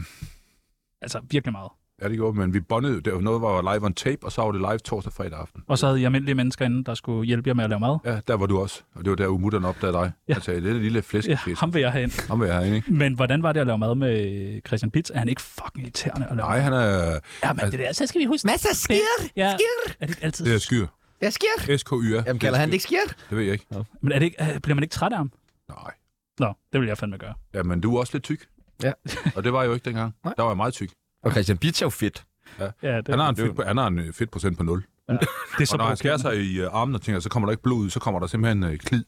Speaker 2: Altså, virkelig meget.
Speaker 4: Ja, det gjorde vi, men vi bondede. jo. Det var noget, der var live on tape, og så var det live torsdag og fredag aften.
Speaker 2: Og så havde I almindelige mennesker inde, der skulle hjælpe jer med at lave mad.
Speaker 4: Ja, der var du også. Og det var der, umutterne opdagede dig. Ja.
Speaker 2: Ja.
Speaker 4: Jeg sagde, det er det lille
Speaker 2: Ja,
Speaker 4: flæskefis. Ja,
Speaker 2: ham vil jeg have ind.
Speaker 4: ham vil jeg have, ikke?
Speaker 2: Men hvordan var det at lave mad med Christian Pitts? Er han ikke fucking irriterende at lave
Speaker 4: Nej, han er...
Speaker 2: Ja, men det der, så skal vi huske...
Speaker 1: Masser af skir!
Speaker 2: Ja, er det ikke altid...
Speaker 4: Det er skyr.
Speaker 1: Hvad sker?
Speaker 4: SKYR.
Speaker 1: Jamen, kalder han det ikke skirt?
Speaker 4: Det ved jeg ikke.
Speaker 2: Men er det ikke, øh, bliver man ikke træt af ham?
Speaker 4: Nej.
Speaker 2: Nå, det vil jeg fandme gøre.
Speaker 4: Ja, men du er også lidt tyk.
Speaker 1: Ja.
Speaker 4: Og det var jeg jo ikke dengang.
Speaker 1: Nej.
Speaker 4: Der var jeg meget tyk.
Speaker 1: Og Christian Bitz er jo fedt.
Speaker 2: Ja, det,
Speaker 4: Han har en, fedt, han har en øh, fedtprocent på 0.
Speaker 2: det er så
Speaker 4: Og når han skærer
Speaker 2: provokerende.
Speaker 4: sig i øh, armen og tænker, så kommer der ikke blod ud, så kommer der simpelthen øh, klid.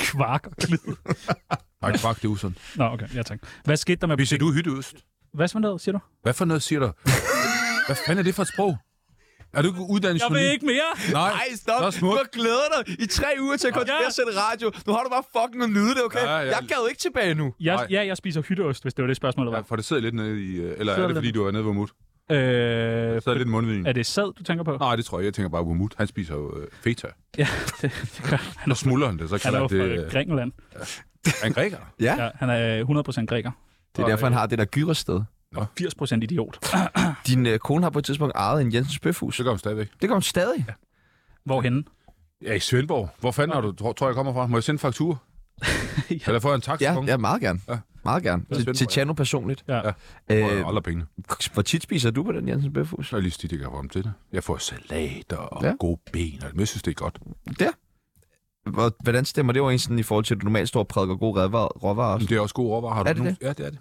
Speaker 2: kvark og klid.
Speaker 4: Nej, kvak, det er usundt.
Speaker 2: Nå, okay, ja tak. Hvad skete der med...
Speaker 4: Vi ser du hytteøst.
Speaker 2: Hvad for noget, siger du?
Speaker 4: Hvad for noget siger du? Hvad fanden er det for et sprog? Er du ikke uddannet
Speaker 2: Jeg vil ikke mere!
Speaker 4: Nej,
Speaker 1: Ej, stop.
Speaker 4: Det er
Speaker 1: Du
Speaker 4: smukt.
Speaker 1: har glædet dig i tre uger til at komme
Speaker 2: Ja.
Speaker 1: tilbage og sende radio. Nu har du bare fucking at nyde det, okay?
Speaker 4: Ja, ja.
Speaker 1: Jeg gad ikke tilbage nu.
Speaker 2: Jeg,
Speaker 4: Nej.
Speaker 2: ja, jeg spiser hytteost, hvis det var det spørgsmål, der
Speaker 4: Ja,
Speaker 2: var.
Speaker 4: for det sidder lidt nede i... øh, Eller er
Speaker 2: Sidder
Speaker 4: det,
Speaker 2: lidt-
Speaker 4: fordi du er nede ved Mut?
Speaker 2: Øh,
Speaker 4: Det sidder lidt i mundvinen.
Speaker 2: er det sæd, du tænker på?
Speaker 4: Nej, det tror jeg ikke. Jeg tænker bare på Mut. Han spiser jo øh, feta.
Speaker 2: Ja, det, det gør han.
Speaker 4: Når smuldrer han det, så
Speaker 2: Han
Speaker 4: kan
Speaker 2: er jo
Speaker 4: han det...
Speaker 2: fra
Speaker 4: øh,
Speaker 2: Grækenland.
Speaker 4: Er han græker?
Speaker 2: Ja, han er 100% græker.
Speaker 1: Det er derfor, han har det der gyrested.
Speaker 2: 80% idiot.
Speaker 1: Din øh, kone har på et tidspunkt ejet en Jensens Bøfhus.
Speaker 4: Så gør han stadigvæk.
Speaker 1: Det gør hun stadig. Ja.
Speaker 2: Hvorhenne?
Speaker 4: Ja, i Svendborg. Hvor fanden har du, tror, tror jeg kommer fra? Må jeg sende faktur?
Speaker 2: Ja.
Speaker 4: Eller får jeg en taxa?
Speaker 1: Ja, ja meget gerne.
Speaker 4: Ja.
Speaker 1: Ja. Meget gerne. Til,
Speaker 4: Svendborg,
Speaker 1: til
Speaker 4: ja.
Speaker 1: Tjano personligt.
Speaker 2: Ja.
Speaker 4: Ja.
Speaker 1: Øh,
Speaker 4: Jeg aldrig pengene.
Speaker 1: hvor tit spiser du på den Jensens Bøfhus?
Speaker 4: Så er lige stigt, jeg kan få ham til det. Jeg får salat og ja.
Speaker 1: Ja.
Speaker 4: gode ben, og jeg synes, det er godt.
Speaker 1: Hvor- Hvordan stemmer det overens sådan i forhold til, at du normalt står og prædiker gode råvarer? råvarer og
Speaker 4: Men
Speaker 1: sådan?
Speaker 4: det er også gode råvarer. Har du
Speaker 1: Er det
Speaker 4: nogen- Ja, det er det.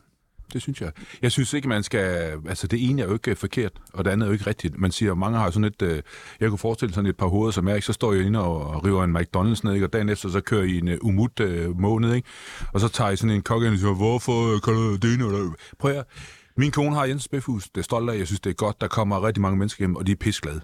Speaker 4: Det synes jeg. Jeg synes ikke, man skal... Altså, det ene er jo ikke øh, forkert, og det andet er jo ikke rigtigt. Man siger, mange har sådan et... Øh, jeg kunne forestille sådan et par hoveder, som jeg ikke. Så står jeg inde og river en McDonald's ned, ikke? og dagen efter, så kører I en øh, umut øh, måned, ikke? Og så tager I sådan en kok ind og siger, hvorfor øh, kan du det ene eller... Prøv at... høre. Min kone har Jens Bæfhus. Det er jeg stolt af. Jeg synes, det er godt. Der kommer rigtig mange mennesker hjem, og de er pisglade.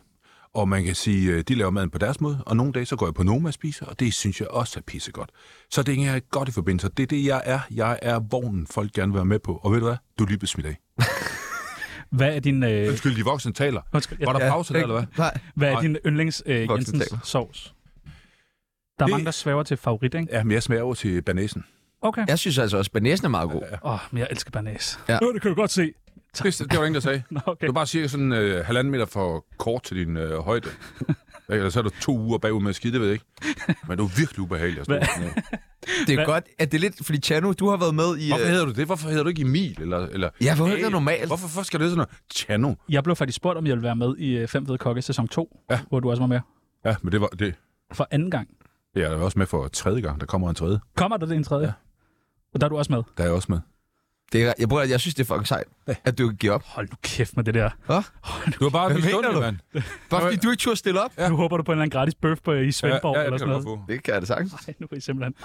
Speaker 4: Og man kan sige, øh, de laver maden på deres måde, og nogle dage så går jeg på Noma og spiser, og det synes jeg også er pissegodt. Så det hænger jeg godt i forbindelse. Det er det, jeg er. Jeg er vognen, folk gerne vil være med på. Og ved du hvad? Du er lige blevet smidt af.
Speaker 2: Hvad er din, øh,
Speaker 4: Undskyld, de voksne taler.
Speaker 2: undskyld, ja,
Speaker 4: Var der
Speaker 1: Ja,
Speaker 4: pause der,
Speaker 1: ikke?
Speaker 4: eller hvad?
Speaker 1: Nej.
Speaker 2: hvad er
Speaker 4: Nej.
Speaker 2: din yndlings øh,
Speaker 1: Voksen
Speaker 2: Jensens
Speaker 1: taler.
Speaker 2: sovs? Der er
Speaker 4: Det-
Speaker 2: mange, der svæver til favorit, ikke?
Speaker 4: Ja, men jeg smager over til banæsen.
Speaker 2: Okay.
Speaker 1: Jeg synes altså også, at banæsen er meget god.
Speaker 2: Åh, oh, men jeg elsker bearnaise.
Speaker 1: Ja.
Speaker 2: Ja. det kan du godt se.
Speaker 4: Det, det var der ingen, der sagde.
Speaker 2: Nå, okay.
Speaker 4: Du er bare cirka sådan øh, halvanden meter for kort til din øh, højde. Eller så er du to uger bagud med at skide, det ved jeg ikke. Men du er virkelig ubehagelig at stå
Speaker 2: Hvad?
Speaker 4: sådan noget.
Speaker 1: Det er
Speaker 2: Hvad-
Speaker 1: godt, at det er lidt, fordi Tjano, du har været med i...
Speaker 4: Hvorfor
Speaker 1: Øh,
Speaker 4: hedder du det? Hvorfor hedder du ikke Emil? Eller, eller...
Speaker 1: ja, hvorfor
Speaker 4: Hey,
Speaker 1: hedder det normalt?
Speaker 4: Hvorfor, hvorfor skal det hedde sådan noget? Chano.
Speaker 2: Jeg blev faktisk spurgt, om jeg ville være med i øh, Fem Fede Kokke sæson 2,
Speaker 4: Ja.
Speaker 2: ja. hvor du også var med.
Speaker 4: Ja, men det var det.
Speaker 2: For anden gang.
Speaker 4: Jeg er også med for tredje gang. Der kommer en tredje.
Speaker 2: Kommer der det en tredje?
Speaker 4: Ja.
Speaker 2: Ja. Og der er du også med.
Speaker 4: Der er jeg også med.
Speaker 1: Det er, jeg, prøver, jeg synes, det er fucking sejt, at du kan give op.
Speaker 2: Hold nu kæft med det der.
Speaker 4: Du har bare
Speaker 1: Hvad
Speaker 4: vist
Speaker 1: mener
Speaker 4: ondt,
Speaker 1: du?
Speaker 4: mand.
Speaker 1: Bare fordi du ikke turde stille op.
Speaker 4: Ja.
Speaker 2: Ja. Nu håber du på en eller anden gratis bøf på, øh, i Svendborg
Speaker 4: ja, ja,
Speaker 2: eller
Speaker 4: det kan
Speaker 2: sådan
Speaker 4: du
Speaker 2: noget.
Speaker 4: godt få.
Speaker 1: Det kan jeg da sagtens.
Speaker 2: Nej, nu er I simpelthen.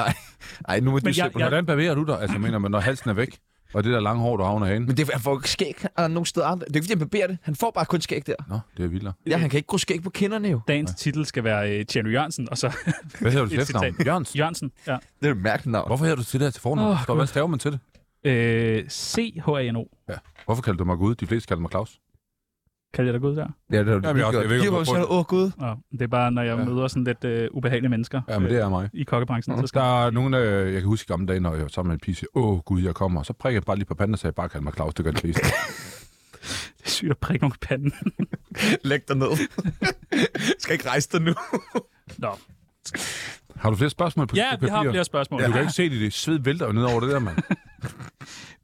Speaker 1: Ej, nu må du
Speaker 2: Men
Speaker 1: se
Speaker 2: jeg-
Speaker 1: på
Speaker 4: Men
Speaker 1: jeg,
Speaker 4: hvordan bevæger du dig? Altså, mener man, når halsen er væk, og det der lange hår, du havner herinde?
Speaker 1: Men det er for skæg er der nogle steder andre. Det er ikke, fordi han barberer det. Han får bare kun skæg der.
Speaker 4: Nå, det er vildere.
Speaker 1: Ja, han kan ikke gro skæg på kinderne jo.
Speaker 2: Dagens titel skal være øh, Tjerno Jørgensen, og så
Speaker 4: Hvad hedder du til
Speaker 2: Et
Speaker 4: efternavn?
Speaker 2: citat.
Speaker 4: Jørgensen.
Speaker 2: Jørgensen. Ja.
Speaker 1: Det er et mærkeligt navn.
Speaker 4: Hvorfor hedder du til det her til fornavn?
Speaker 2: Åh,
Speaker 4: Forstår du, Hvad staver man til det?
Speaker 2: Øh, C-H-A-N-O.
Speaker 4: Ja. Hvorfor kalder du mig Gud? De fleste kalder mig Claus.
Speaker 2: Kan jeg da gå ud der?
Speaker 1: Ja, det er
Speaker 4: Jamen, jeg også- jeg ved ikke, om du har
Speaker 1: Åh, Gud.
Speaker 2: Nå, det er bare, når jeg
Speaker 4: Ja.
Speaker 2: ja. møder sådan lidt øh, ubehagelige mennesker
Speaker 4: Ja, men det er mig.
Speaker 2: i kokkebranchen. Så skal...
Speaker 4: Der er nogen, øh, jeg kan huske i gamle dage, når jeg var sammen med en pige, siger, åh gud, jeg kommer. Så prikker jeg bare lige på panden og sagde, bare kald mig Claus, det gør det fleste.
Speaker 2: Det er sygt at prikke nogle i panden.
Speaker 1: Læg dig ned. skal ikke rejse dig nu.
Speaker 2: Nå.
Speaker 4: Har du flere spørgsmål på
Speaker 2: Ja,
Speaker 4: det
Speaker 2: vi har
Speaker 4: papir?
Speaker 2: flere spørgsmål.
Speaker 4: Ja. Du kan ikke se det, det sved vælter jo ned over det der, mand.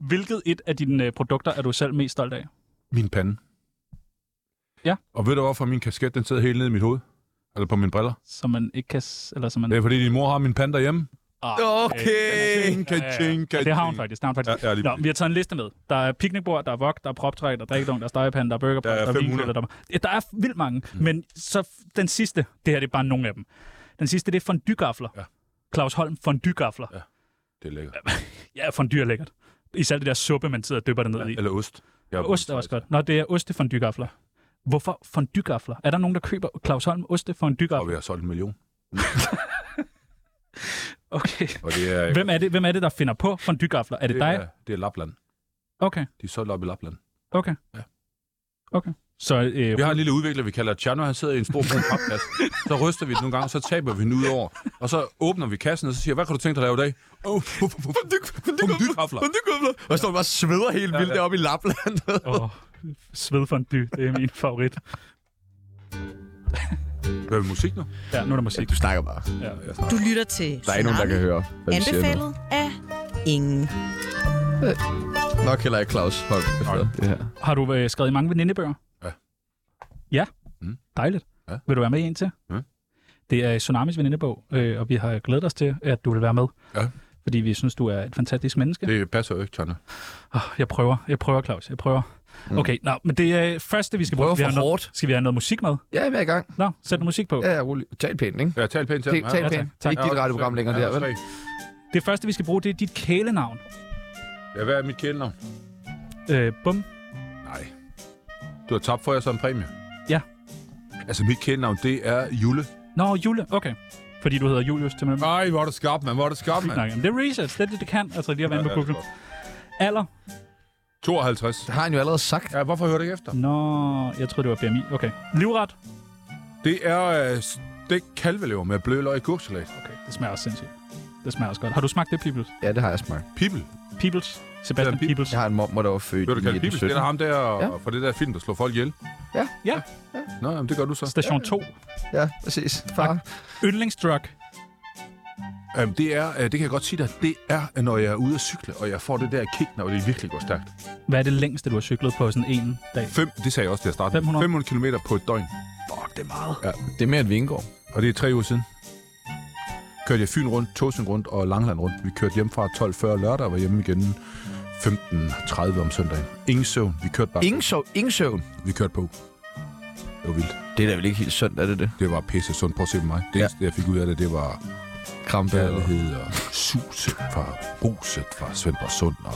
Speaker 2: Hvilket et af dine øh, produkter er du selv mest stolt af?
Speaker 4: Min pande.
Speaker 2: Ja.
Speaker 4: Og ved du, hvorfor min kasket, den sidder helt nede i mit hoved? Eller på mine briller?
Speaker 2: Som man ikke kan... s- Eller som man...
Speaker 4: Det er, fordi din mor har min pande derhjemme.
Speaker 2: Ah,
Speaker 1: Okay.
Speaker 4: Ting, ka-ting,
Speaker 2: Ja, det har hun
Speaker 4: ka-ting.
Speaker 2: faktisk. Det har hun faktisk.
Speaker 4: Ja, ja, lige
Speaker 2: Nå,
Speaker 4: præcis.
Speaker 2: vi har taget en liste med. Der er picnicbord, der er vok, der er proptræk, der er drikkedunk, der er stegepande, der er burgerpop,
Speaker 4: Der er Mm.
Speaker 2: der er
Speaker 4: 500.
Speaker 2: vinkøller, der er... Ja, Der er vildt mange, men så f- den sidste, det her det er bare nogle af dem. Den sidste, det er fondygafler.
Speaker 4: Ja.
Speaker 2: Ja. Claus Holm, fondygafler.
Speaker 4: Ja.
Speaker 2: Ja,
Speaker 4: Det er lækkert.
Speaker 2: ja fondue er lækkert. Især det der suppe, man sidder og dypper det ned i.
Speaker 4: Eller ost. Jeg
Speaker 2: Ost er også godt. Nå, det er ostefondygafler. Hvorfor fondygafler? Er der nogen, der køber Claus Holm
Speaker 4: Og vi
Speaker 2: ostefondygafler?
Speaker 4: har solgt en million.
Speaker 2: Okay.
Speaker 4: Og det er...
Speaker 2: Hvem er det, hvem er det der finder på fondygafler? Er det
Speaker 4: det
Speaker 2: dig?
Speaker 4: Er, det er Lapland.
Speaker 2: Okay,
Speaker 4: De er solgt op i Lapland.
Speaker 2: okay. Så øh,
Speaker 4: Vi har en lille udvikler, vi kalder Tjerno, han sidder i en stor brun papkasse. Så ryster vi den nogle gange, så taber vi den ud over. Og så åbner vi kassen, og så siger jeg, hvad kan du tænke dig at lave i dag? Åh, Fondue-vafler.
Speaker 1: Fondykøbler. Og står bare og sveder helt vildt deroppe i Lapland.
Speaker 2: åh, svedfondue, det er min favorit.
Speaker 4: Hvad er musik nu?
Speaker 2: Ja, nu er der musik.
Speaker 1: Du snakker bare.
Speaker 5: Du lytter til
Speaker 1: Der er ikke nogen, der kan høre, hvad vi siger nu.
Speaker 5: Anbefalet af ingen.
Speaker 1: Nok heller ikke Claus Holm. Det her.
Speaker 2: Har du øh, skrevet i mange venindebøger?
Speaker 4: Ja.
Speaker 2: Ja?
Speaker 4: Mm.
Speaker 2: Dejligt.
Speaker 4: Ja.
Speaker 2: Vil du være med i en til?
Speaker 4: Mm.
Speaker 2: Det er Tsunamis venindebog, øh, og vi har glædet os til, at du vil være med.
Speaker 4: Ja.
Speaker 2: Fordi vi synes, du er et fantastisk menneske.
Speaker 4: Det passer jo ikke, Tjerno.
Speaker 2: Oh, jeg prøver, jeg prøver, Claus. Jeg prøver. Mm. Okay, nå, men det er første, vi skal bruge.
Speaker 1: Prøver
Speaker 2: Vi har
Speaker 1: for
Speaker 2: noget-
Speaker 1: hårdt.
Speaker 2: Skal vi have noget musik med?
Speaker 1: Ja, vi er i gang.
Speaker 2: Nå, sæt noget musik på.
Speaker 1: Ja, ja, rolig. Tal pænt, ikke?
Speaker 4: Ja, tal pænt til
Speaker 1: Tal,
Speaker 4: ham.
Speaker 1: tal
Speaker 4: Ja,
Speaker 2: tak.
Speaker 1: pænt. Det er ikke
Speaker 4: Ja,
Speaker 1: dit
Speaker 4: også-
Speaker 1: radioprogram længere,
Speaker 4: ja,
Speaker 1: der,
Speaker 4: også
Speaker 1: vel?
Speaker 4: tre.
Speaker 2: Det første, vi skal bruge, det er dit kælenavn.
Speaker 4: Ja, hvad er mit kælenavn?
Speaker 2: Øh, bum.
Speaker 4: Nej. Du har tabt for jer som præmie.
Speaker 2: Ja.
Speaker 4: Altså, mit kælenavn, det er Jule.
Speaker 2: Nå, Jule. Okay. Fordi du hedder Julius til mellem.
Speaker 4: Nej, hvor er det skarp, mand. Hvor er det skarp,
Speaker 2: Nej, jamen, det er research. Det er det, det kan. Altså lige at vende
Speaker 4: Ja,
Speaker 2: på
Speaker 4: ja,
Speaker 2: Google.
Speaker 4: det er
Speaker 2: Alder.
Speaker 4: 52.
Speaker 1: Det har han jo allerede sagt.
Speaker 4: Ja, hvorfor hører du ikke efter?
Speaker 2: Nå, jeg troede, det var BMI. Okay. Livret.
Speaker 4: Det er øh, stegt kalvelever med blødløg i gurksalat.
Speaker 2: Okay, det smager også sindssygt. Det smager også godt. Har du smagt det, Peoples?
Speaker 1: Ja, det har jeg smagt.
Speaker 4: Pibel.
Speaker 2: Peoples? Sebastian
Speaker 4: Det er Pib-
Speaker 2: Peoples?
Speaker 1: Jeg har en mormor, der var født i
Speaker 4: Vil du kalde Pibel? Det er
Speaker 1: 1917.
Speaker 4: ham der
Speaker 1: Ja.
Speaker 4: ja. fra det der film, der slår folk ihjel.
Speaker 2: Ja.
Speaker 4: Nå, jamen, det gør du så.
Speaker 2: Station 2.
Speaker 1: Ja, præcis. Far.
Speaker 2: Yndlingsdrug.
Speaker 4: Jamen, det er, øh, det kan jeg godt sige dig, det er, øh, når jeg er ude at cykle, og jeg får det der kick, når det virkelig går stærkt.
Speaker 2: Hvad er det længste, du har cyklet på sådan en dag?
Speaker 4: 5, det sagde jeg også til at starte. med.
Speaker 2: 500.
Speaker 4: 500 km på et døgn.
Speaker 2: Fuck, det er meget.
Speaker 1: Det er mere et vingård.
Speaker 4: Og det er tre uger siden. Kørte jeg Fyn rundt, Tåsen rundt og Langland rundt. Vi kørte hjem fra 12.40 lørdag og var hjemme igen 15.30 om søndagen. Ingen søvn. Vi kørte bare.
Speaker 1: Ingen søvn. Ingen søvn.
Speaker 4: Vi kørte på. Det var vildt.
Speaker 1: Det er da vel ikke helt sundt, er det det?
Speaker 4: Det var pisse sundt. Prøv at se på mig. Det
Speaker 1: Ja.
Speaker 4: eneste, jeg fik ud af det, det var
Speaker 1: Krampe. Ja,
Speaker 4: kærlighed og suset fra bruset fra Svendborg Sund og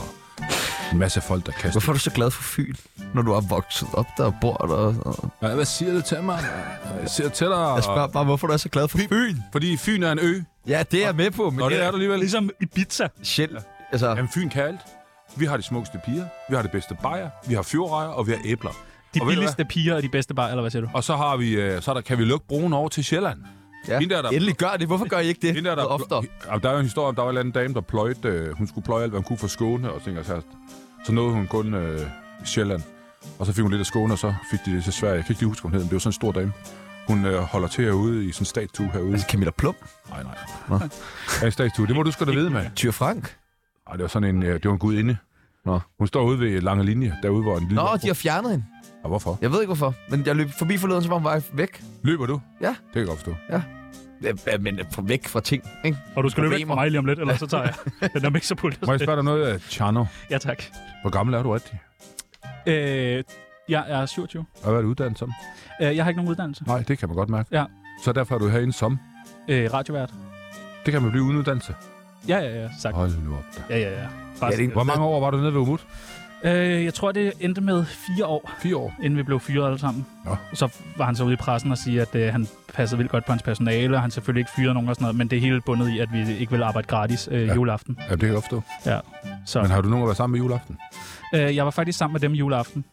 Speaker 4: en masse folk, der kaster.
Speaker 1: Hvorfor er du så glad for Fyn, når du har vokset op der og bor der?
Speaker 4: Hvad, hvad siger du til mig? Jeg siger til dig.
Speaker 1: Jeg spørger bare, hvorfor du er så glad for Fyn?
Speaker 4: Fordi Fyn er en ø.
Speaker 1: Ja, det er jeg med på, men
Speaker 4: Nå, det er du alligevel.
Speaker 2: Ligesom Ibiza.
Speaker 1: Shit. Altså,
Speaker 4: Jamen, Fyn kan alt. Vi har de smukkeste piger, vi har det bedste bajer, vi har fjordrejer, og vi har æbler.
Speaker 2: De
Speaker 4: Og ved du
Speaker 2: billigste piger og de bedste bare, eller hvad siger du?
Speaker 4: Og så, har vi, øh, så er der, kan vi lukke broen over til Sjælland.
Speaker 1: ja.
Speaker 4: hende der, der-
Speaker 1: endelig gør det. Hvorfor gør I ikke det
Speaker 4: Hende der, der,
Speaker 1: oftere?
Speaker 4: Jamen, der er jo en historie om, der var en eller anden dame, der pløjte, øh, hun skulle pløje alt, hvad hun kunne for Skåne, og så tænker jeg, så, så nåede hun kun øh, Sjælland. Og så fik hun lidt af Skåne, og så fik de det til Sverige. Jeg kan ikke lige huske, hvad hun hed, men det var sådan en stor dame. Hun øh, holder til herude i sådan en statue herude.
Speaker 1: Altså, Camilla Plum,
Speaker 4: Nej, nej. Ja, en statue. Det må du sgu da vide, mand.
Speaker 1: Tyr Frank.
Speaker 4: Ej, det var sådan en, øh, det var en gudinde.
Speaker 1: Nå.
Speaker 4: Hun står ude ved Lange Linje, derude, hvor en lille...
Speaker 1: Nå, de har fjernet hende.
Speaker 4: Og hvorfor?
Speaker 1: Jeg ved ikke hvorfor, men jeg løb forbi forleden, så var hun bare væk.
Speaker 4: Løber du?
Speaker 1: Ja.
Speaker 4: Det kan jeg godt forstå.
Speaker 1: Ja, ja, men fra væk fra ting, ikke?
Speaker 2: Og du skal løbe væk fra
Speaker 1: Problemer.
Speaker 2: mig lige om lidt, eller så tager jeg den der mixerpult.
Speaker 4: Må jeg spørge dig noget, øh, Tjerno?
Speaker 2: Ja, tak.
Speaker 4: Hvor gammel er du rigtig?
Speaker 2: Øh, jeg er 27.
Speaker 4: Og hvad er du uddannet som?
Speaker 2: Øh, jeg har ikke nogen uddannelse.
Speaker 4: Nej, det kan man godt mærke.
Speaker 2: Ja.
Speaker 4: Så derfor er du herinde som.
Speaker 2: Øh, radiovært.
Speaker 4: Det kan man blive uden uddannelse.
Speaker 2: Ja, ja, ja, sagt.
Speaker 4: Hold nu op da.
Speaker 2: Ja, ja, ja.
Speaker 1: Ja, det er
Speaker 4: Hvor mange år var du nede ved Umut?
Speaker 2: Øh, jeg tror, det endte med fire år,
Speaker 4: Fire år.
Speaker 2: inden vi blev fyret alle sammen.
Speaker 4: Nå.
Speaker 2: Og Så var han så ude i pressen og sige, at øh, han passede vildt godt på hans personale, og han selvfølgelig ikke fyrede nogen og sådan noget, men det hele bundet i, at vi ikke ville arbejde gratis øh, ja.
Speaker 4: Ja.
Speaker 2: juleaften.
Speaker 4: Ja, det kan jeg godt forstå.
Speaker 2: Ja. Så
Speaker 4: Men har du nogen at være sammen med juleaften?
Speaker 2: øh, jeg var faktisk sammen med dem juleaften.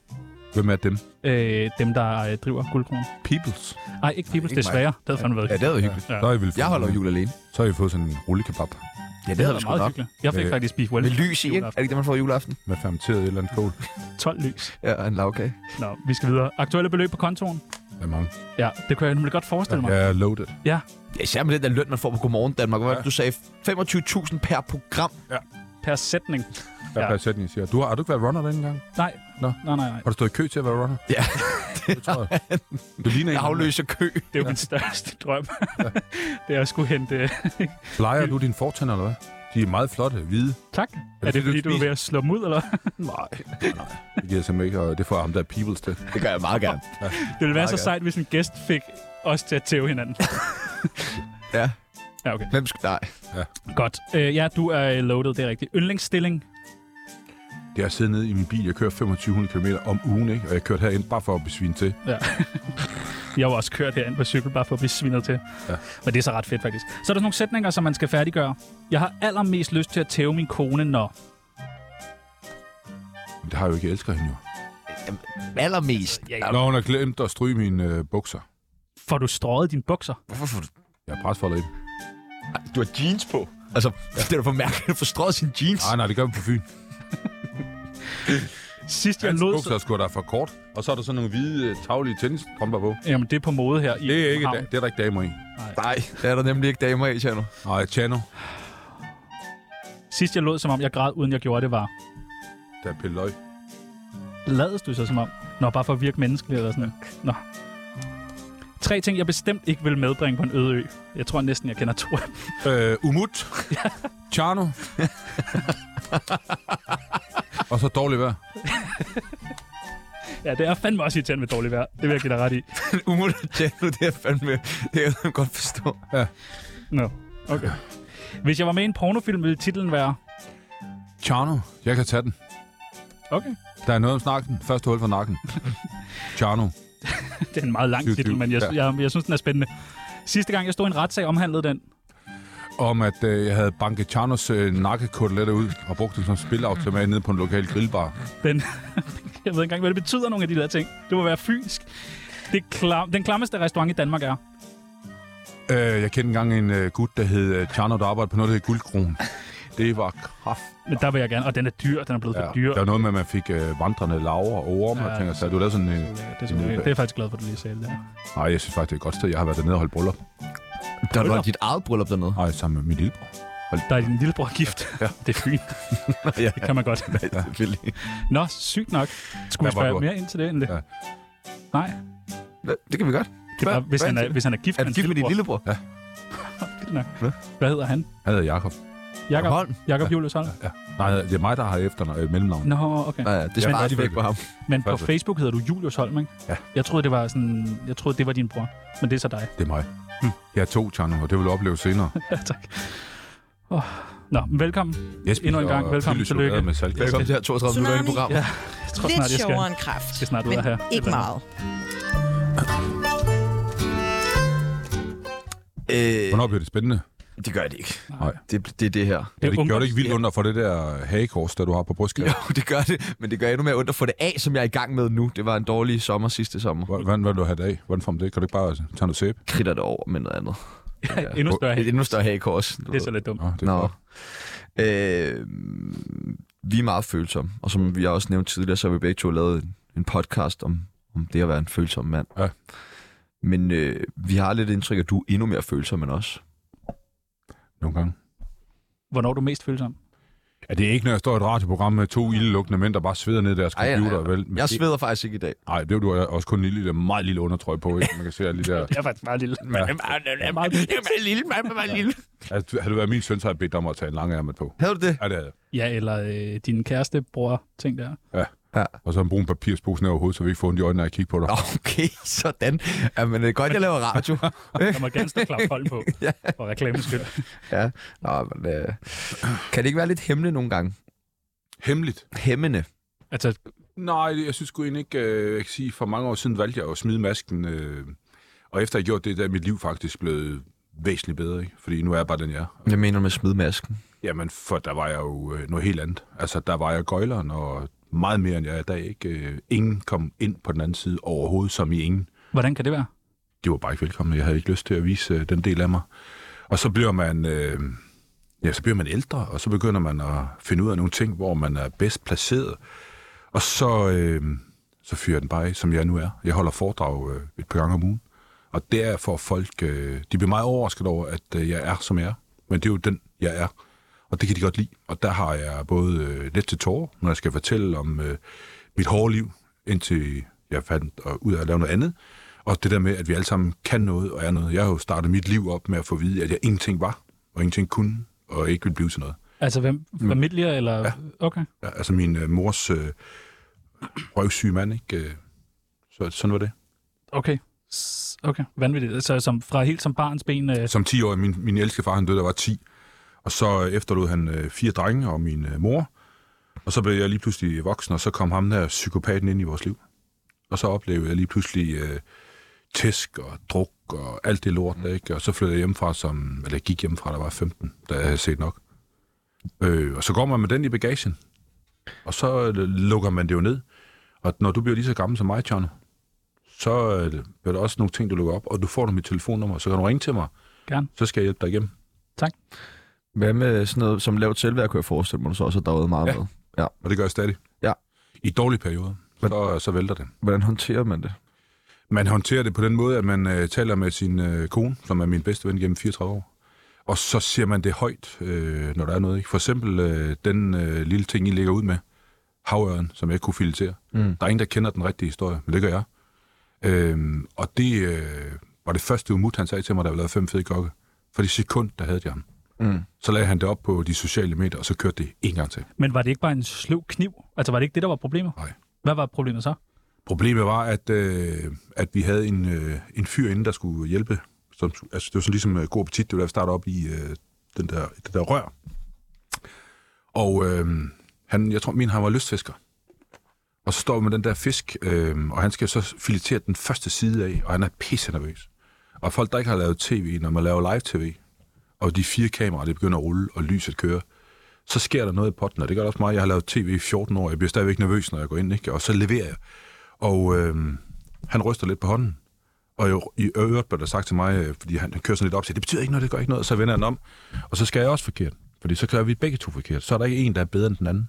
Speaker 4: Hvem er dem?
Speaker 2: Øh, dem, der øh, driver guldkronen.
Speaker 4: Peoples.
Speaker 2: Nej, ikke Peoples,
Speaker 1: ikke mig.
Speaker 2: desværre. Det havde fandme været
Speaker 1: Ja, det havde hyggeligt.
Speaker 2: Ja.
Speaker 4: Så har I vel fået,
Speaker 1: Jeg holder jul alene.
Speaker 4: Så har I fået sådan en rullekebab
Speaker 1: Ja, det,
Speaker 2: det
Speaker 1: havde
Speaker 2: havde
Speaker 1: vi sgu
Speaker 2: meget
Speaker 1: nok.
Speaker 2: hyggeligt. Jeg fik
Speaker 4: Øh,
Speaker 2: faktisk spist well.
Speaker 1: Med lys i, ikke? Er det ikke det, man får i juleaften?
Speaker 4: med fermenteret et eller andet kål.
Speaker 2: 12 lys.
Speaker 1: Ja, og en lavkage.
Speaker 2: Nå, vi skal videre. Aktuelle beløb på kontoen?
Speaker 4: Hvad mange?
Speaker 2: Ja, det kunne jeg nemlig godt forestille mig.
Speaker 4: Jeg er loaded.
Speaker 2: Ja.
Speaker 1: Ja, især med den der løn, man får på Godmorgen Danmark. Hvad var det, du sagde? 25.000 per program.
Speaker 2: Per sætning.
Speaker 4: Hvad
Speaker 2: Ja.
Speaker 4: ja. sætning siger? Du har, har du ikke været runner dengang?
Speaker 2: Nej.
Speaker 4: Nå.
Speaker 2: Nej, nej, nej.
Speaker 4: Har du stået i kø til at være runner?
Speaker 1: Ja.
Speaker 4: Det tror jeg. Du ligner
Speaker 1: Jeg
Speaker 4: en.
Speaker 1: afløser kø.
Speaker 2: Det er jo min største drøm. det er at skulle hente...
Speaker 4: Leger du dine fortænder, eller hvad? De er meget flotte, hvide.
Speaker 2: tak. Er det, fordi du er ved at slå dem ud, eller?
Speaker 4: Nej, nej, nej. Det giver jeg simpelthen ikke, og det får ham der Peoples til.
Speaker 1: Det gør jeg meget gerne.
Speaker 2: Det ville være så
Speaker 1: Meget
Speaker 2: sejt, hvis en gæst fik os til at tæve hinanden.
Speaker 1: Ja.
Speaker 2: Ja, okay.
Speaker 1: Hvem skal... Nej.
Speaker 2: Godt. Øh, ja, du er loaded, det er rigtigt. Yndlingsstilling.
Speaker 4: Det er at sidde nede i min bil. Jeg kører 2500 km om ugen, ikke? Og jeg kørte herind bare for at besvine til.
Speaker 2: Ja. Jeg har jo også kørt herind på cykel, bare for at blive svinet til. Ja.
Speaker 4: Ja.
Speaker 2: Men det er så ret fedt, faktisk. Så er der sådan nogle sætninger, som man skal færdiggøre. Jeg har allermest lyst til at tæve min kone, når...
Speaker 4: Men det har jeg jo ikke. Jeg elsker hende jo.
Speaker 1: allermest. Ja,
Speaker 4: Når hun har glemt at stryge mine øh, bukser.
Speaker 2: Får du strøget dine bukser?
Speaker 1: Hvorfor får du...
Speaker 4: Jeg er presfoldet ind.
Speaker 1: Du har jeans på. Altså, det er da for mærkeligt, at du får strøget sine jeans.
Speaker 4: Ah, Nej, nej, det gør vi på Fyn.
Speaker 2: Sidst jeg
Speaker 4: Hans
Speaker 2: lod...
Speaker 4: bukser er sgu da for kort. Og så er der sådan nogle hvide, øh, taglige tennisstrømper på.
Speaker 2: Jamen, det er på mode her i
Speaker 4: Det er, ikke,
Speaker 2: København.
Speaker 4: da- det er der ikke damer i.
Speaker 1: Nej, det er der nemlig ikke damer i, Tjerno.
Speaker 4: Nej, Tjano,
Speaker 2: Sidst jeg lod, som om jeg græd, uden jeg gjorde det, var...
Speaker 4: der er pille løg.
Speaker 2: Lades du så som om? Nå, bare for at virke menneskelig eller sådan noget. Nå. Tre ting, jeg bestemt ikke vil medbringe på en øde ø. Jeg tror næsten, jeg kender to af dem.
Speaker 4: Øh, Umut. Tjano. og så dårligt vejr.
Speaker 2: Ja, det er fandme også irriterende med dårligt vejr. Det vil jeg give dig ret i.
Speaker 1: Umuligt, Tjerno, det er fandme... Det kan jeg godt forstå.
Speaker 2: Nå, okay. Hvis jeg var med i en pornofilm, ville titlen være...
Speaker 4: Tjano, jeg kan tage den.
Speaker 2: Okay.
Speaker 4: Der er noget om snakken. Første hul for nakken. Tjano.
Speaker 2: Det er en meget lang
Speaker 4: Syv,
Speaker 2: titel,
Speaker 4: syv.
Speaker 2: men jeg, jeg, jeg, jeg synes, den er spændende. Sidste gang, jeg stod i en retssag, omhandlede den.
Speaker 4: Om at øh, jeg havde banket Tjanos øh, nakkekoteletter ud og brugt dem som spilautomat nede på en lokal grillbar.
Speaker 2: Den, jeg ved ikke engang, hvad det betyder, nogle af de der ting. Det må være fynsk. Det klam, den klammeste restaurant i Danmark er.
Speaker 4: Øh, jeg kendte engang en øh, gut, der hed øh, Tjano, der arbejdede på noget, der hed Guldkron. Det var kraft.
Speaker 2: Men der vil jeg gerne. Og den er dyr. Den er blevet for dyr.
Speaker 4: Der var noget med, at man fik øh, vandrende laver og orme, ja,
Speaker 2: Ja,
Speaker 4: og tænker sig, du lavede sådan en... Øh,
Speaker 2: Ja, det, er, sgu- det er jeg faktisk glad for, at du lige sagde det der.
Speaker 4: Nej, jeg synes faktisk, det er et godt sted. Jeg har været dernede og holdt bryllup.
Speaker 1: Der var dit eget bryllup dernede.
Speaker 4: Nej, sammen med min lillebror.
Speaker 2: Der er din lillebror gift. Ja. Det er fint.
Speaker 1: ja.
Speaker 2: Det kan man godt.
Speaker 1: Ja. selvfølgelig.
Speaker 2: Nå, sygt nok. Skulle vi
Speaker 4: Hvad var
Speaker 2: spørge
Speaker 4: du?
Speaker 2: mere ind til det end det?
Speaker 4: Ja.
Speaker 2: Nej,
Speaker 1: Hva- Det kan vi godt.
Speaker 2: det var, hvis,
Speaker 1: hvad
Speaker 2: han
Speaker 1: er
Speaker 2: er,
Speaker 1: det?
Speaker 2: hvis han er gift
Speaker 1: Er
Speaker 2: med
Speaker 1: du
Speaker 2: hans
Speaker 1: gift med din
Speaker 2: lillebror.
Speaker 1: lillebror?
Speaker 2: Vildt nok.
Speaker 1: Hvad?
Speaker 2: Hvad hedder han?
Speaker 4: Han hedder Jakob.
Speaker 2: Jakob,
Speaker 1: Holm?
Speaker 2: Jakob Julius Holm?
Speaker 4: Ja. Nej, det er mig, der har efter øh, mellemnavn.
Speaker 2: Nå, okay.
Speaker 1: Nej, det
Speaker 4: Ja,
Speaker 1: sparer
Speaker 4: det
Speaker 1: ja,
Speaker 4: er
Speaker 1: væk på ham.
Speaker 2: Men på
Speaker 4: Faktisk.
Speaker 2: Facebook hedder du Julius Holm, ikke?
Speaker 4: Ja.
Speaker 2: Jeg troede, det var sådan... Jeg troede, det var din bror. Men det er så dig.
Speaker 4: Det er mig. Jeg er to, Tjerno, og det vil du opleve senere.
Speaker 2: Ja, tak. Oh. Nå, men velkommen.
Speaker 4: Jeg spiser
Speaker 2: Endnu en gang.
Speaker 4: og
Speaker 2: Velkommen.
Speaker 4: fylder
Speaker 2: Tillykke.
Speaker 4: chokolade Med salt.
Speaker 1: Velkommen til her 32 minutter i
Speaker 5: Tsunami.
Speaker 1: programmet.
Speaker 2: Ja. Jeg tror
Speaker 5: Lidt
Speaker 2: snart, jeg skal,
Speaker 5: sjovere end kraft.
Speaker 2: skal snart ud
Speaker 5: men
Speaker 2: af her.
Speaker 5: ikke meget.
Speaker 1: Øh,
Speaker 4: Hvornår bliver det spændende?
Speaker 1: det gør det ikke.
Speaker 4: Nej.
Speaker 1: Det, det er det her.
Speaker 4: Ja, det gjorde
Speaker 2: ungdoms-
Speaker 4: det ikke vildt under for det der hagekors, der du har på brystkæden.
Speaker 1: Jo, det gør det, men det gør endnu mere ondt at få det af, som jeg er i gang med nu. Det var en dårlig sommer sidste sommer.
Speaker 4: Hvordan vil du have det af? Hvordan får man det? Kan du ikke bare tage noget sæbe?
Speaker 1: Kritter det over med noget andet. Ja.
Speaker 2: Endnu større
Speaker 1: Et
Speaker 2: hate.
Speaker 1: endnu større hagekors. du
Speaker 2: Det er
Speaker 1: ved.
Speaker 2: så lidt dumt.
Speaker 4: Nå, det er
Speaker 1: Nå.
Speaker 4: godt.
Speaker 1: Øh, vi er meget følsomme, og som vi også nævnte tidligere, så har vi begge to lavet en, en podcast om, om det at være en følsom mand.
Speaker 4: Ja.
Speaker 1: Men øh, vi har lidt indtryk af, at du er endnu mere følsom end os.
Speaker 4: Nogle gange.
Speaker 2: Hvornår er du mest følsom?
Speaker 4: Ja, det er ikke, når jeg står i et radioprogram med to ildelugtende mænd, der bare sveder ned i deres
Speaker 1: Ej, ej, ej.
Speaker 4: computer. Vel? Men
Speaker 1: Jeg
Speaker 4: det-
Speaker 1: sveder faktisk ikke i dag.
Speaker 4: Nej, det er du også kun en lille, meget lille undertrøje på, ikke? Man kan se alle de der...
Speaker 2: Jeg er faktisk meget lille.
Speaker 4: Ja.
Speaker 2: Meget lille.
Speaker 1: lille, man, man, lille.
Speaker 4: Altså, havde du været min søn, så havde jeg bedt dig om at tage en lang ærmet på.
Speaker 1: Havde du det?
Speaker 4: Ja, det havde jeg.
Speaker 2: Ja, eller øh, din kæreste, bror, ting der.
Speaker 4: Og så en brun papirspose ned over hovedet, så vi ikke får ondt i øjnene, når jeg kigger på dig.
Speaker 1: Okay, sådan. Jamen, det er godt, jeg laver radio.
Speaker 4: Øh.
Speaker 2: Der må gerne stå klap hold på, for reklamens skyld.
Speaker 1: ja. Nå, men, øh, kan det ikke være lidt hemmende nogle gange?
Speaker 4: Hemmeligt?
Speaker 1: Hæmmende.
Speaker 2: Altså,
Speaker 4: Nej, det- jeg synes sgu egentlig ikke, øh, jeg kan sige, for mange år siden valgte jeg at smide masken. Øh, og efter jeg gjorde det, der er mit liv faktisk blevet væsentligt bedre, ikke? Fordi nu er jeg bare den, jeg er.
Speaker 1: Hvad mener du med smidmasken?
Speaker 4: Jamen, for der var jeg jo øh, noget helt andet. Altså, der var jeg gøjleren, og meget mere end jeg er i dag, ikke? Øh, ingen kom ind på den anden side overhovedet, som i ingen.
Speaker 2: hvordan kan det være?
Speaker 4: de var bare ikke velkomne. Jeg havde ikke lyst til at vise øh, den del af mig. Og så bliver man, øh, ja, så bliver man ældre, og så begynder man at finde ud af nogle ting, hvor man er bedst placeret. Og så, øh, så fyrer jeg den bare af, som jeg nu er. Jeg holder foredrag øh, et par gange om ugen. Og der får folk, øh, de bliver meget overrasket over, at øh, jeg er, som jeg er. Men det er jo den, jeg er. Og det kan de godt lide. Og der har jeg både øh, let til tårer, når jeg skal fortælle om øh, mit hårde liv, indtil jeg fandt og ud af at lave noget andet. Og det der med, at vi alle sammen kan noget og er noget. Jeg har jo startet mit liv op med at få at vide, at jeg ingenting var, og ingenting kunne, og ikke ville blive til noget.
Speaker 2: Altså, hvem, familie eller... Ja. Okay.
Speaker 4: Mm. Ja, altså min øh, mors øh, røvsyge mand, ikke? Øh, Så sådan var det.
Speaker 2: Okay. S- Okay, vanvittigt. Så som, fra helt som barns ben... Øh,
Speaker 4: Som 10 år, min, min elskede far, han døde, da jeg var 10. Og så øh, efterlod han øh, fire drenge og min øh, mor. Og så blev jeg lige pludselig voksen, og så kom ham der psykopaten ind i vores liv. Og så oplevede jeg lige pludselig øh, tæsk og druk og alt det lort, der, ikke? Og så flyttede jeg hjemmefra, som, eller jeg gik hjemmefra, da jeg var 15, da jeg havde set nok. Øh, og så går man med den i bagagen. Og så øh, lukker man det jo ned. Og når du bliver lige så gammel som mig, Tjano, så øh, bliver der også nogle ting, du lukker op, og du får nu mit telefonnummer, så kan du ringe til mig.
Speaker 2: Gerne.
Speaker 4: Så skal jeg hjælpe dig igennem.
Speaker 1: Hvad med sådan noget som lavt selvværd, kunne jeg forestille mig, du så også har daget meget ja.
Speaker 4: Ja.
Speaker 1: med.
Speaker 4: Og det gør jeg stadig.
Speaker 1: Ja.
Speaker 4: I dårlige perioder.
Speaker 1: Men-
Speaker 4: Så, så vælter den.
Speaker 1: Hvordan håndterer man det?
Speaker 4: Man håndterer det på den måde, at man øh, taler med sin øh, kone, som er min bedste ven gennem 34 år. Og så siger man det højt, øh, når der er noget. Ikke? For eksempel øh, den øh, lille ting, I ligger ud med. Havøren, som jeg ikke kunne filtrere. Mm. Der er ingen, der kender den rigtige historie, men det gør jeg. Øhm, og det øh, var det første umut, han sagde til mig, da jeg lavede fem fede kokke. For det sekund, der havde jeg ham.
Speaker 1: Mm.
Speaker 4: Så lagde han det op på de sociale medier, og så kørte det en gang til.
Speaker 2: Men var det ikke bare en sløv kniv? Altså, var det ikke det, der var problemet?
Speaker 4: Nej.
Speaker 2: Hvad var problemet så?
Speaker 4: Problemet var, at, øh, at vi havde en, øh, en fyr inde, der skulle hjælpe. Som, skulle- altså, det var sådan ligesom øh, god appetit, det var der, vi startede op i øh, den der, det der rør. Og øh, han, jeg tror, min han var lystfisker. Og så står vi med den der fisk, øh, og han skal så filetere den første side af, og han er pisse nervøs. Og folk, der ikke har lavet tv, når man laver live-tv, og de fire kameraer, det begynder at rulle, og lyset kører, så sker der noget i potten, og det gør det også mig. Jeg har lavet tv i 14 år, jeg bliver stadigvæk nervøs, når jeg går ind, ikke? og så leverer jeg. Og øh, han ryster lidt på hånden. Og jo, i øvrigt blev der sagt til mig, øh, fordi han, han kører sådan lidt op til, det betyder ikke noget, det gør ikke noget, så vender han om. Og så skal jeg også forkert, fordi så gør vi begge to forkert. Så er der ikke en, der er bedre end den anden.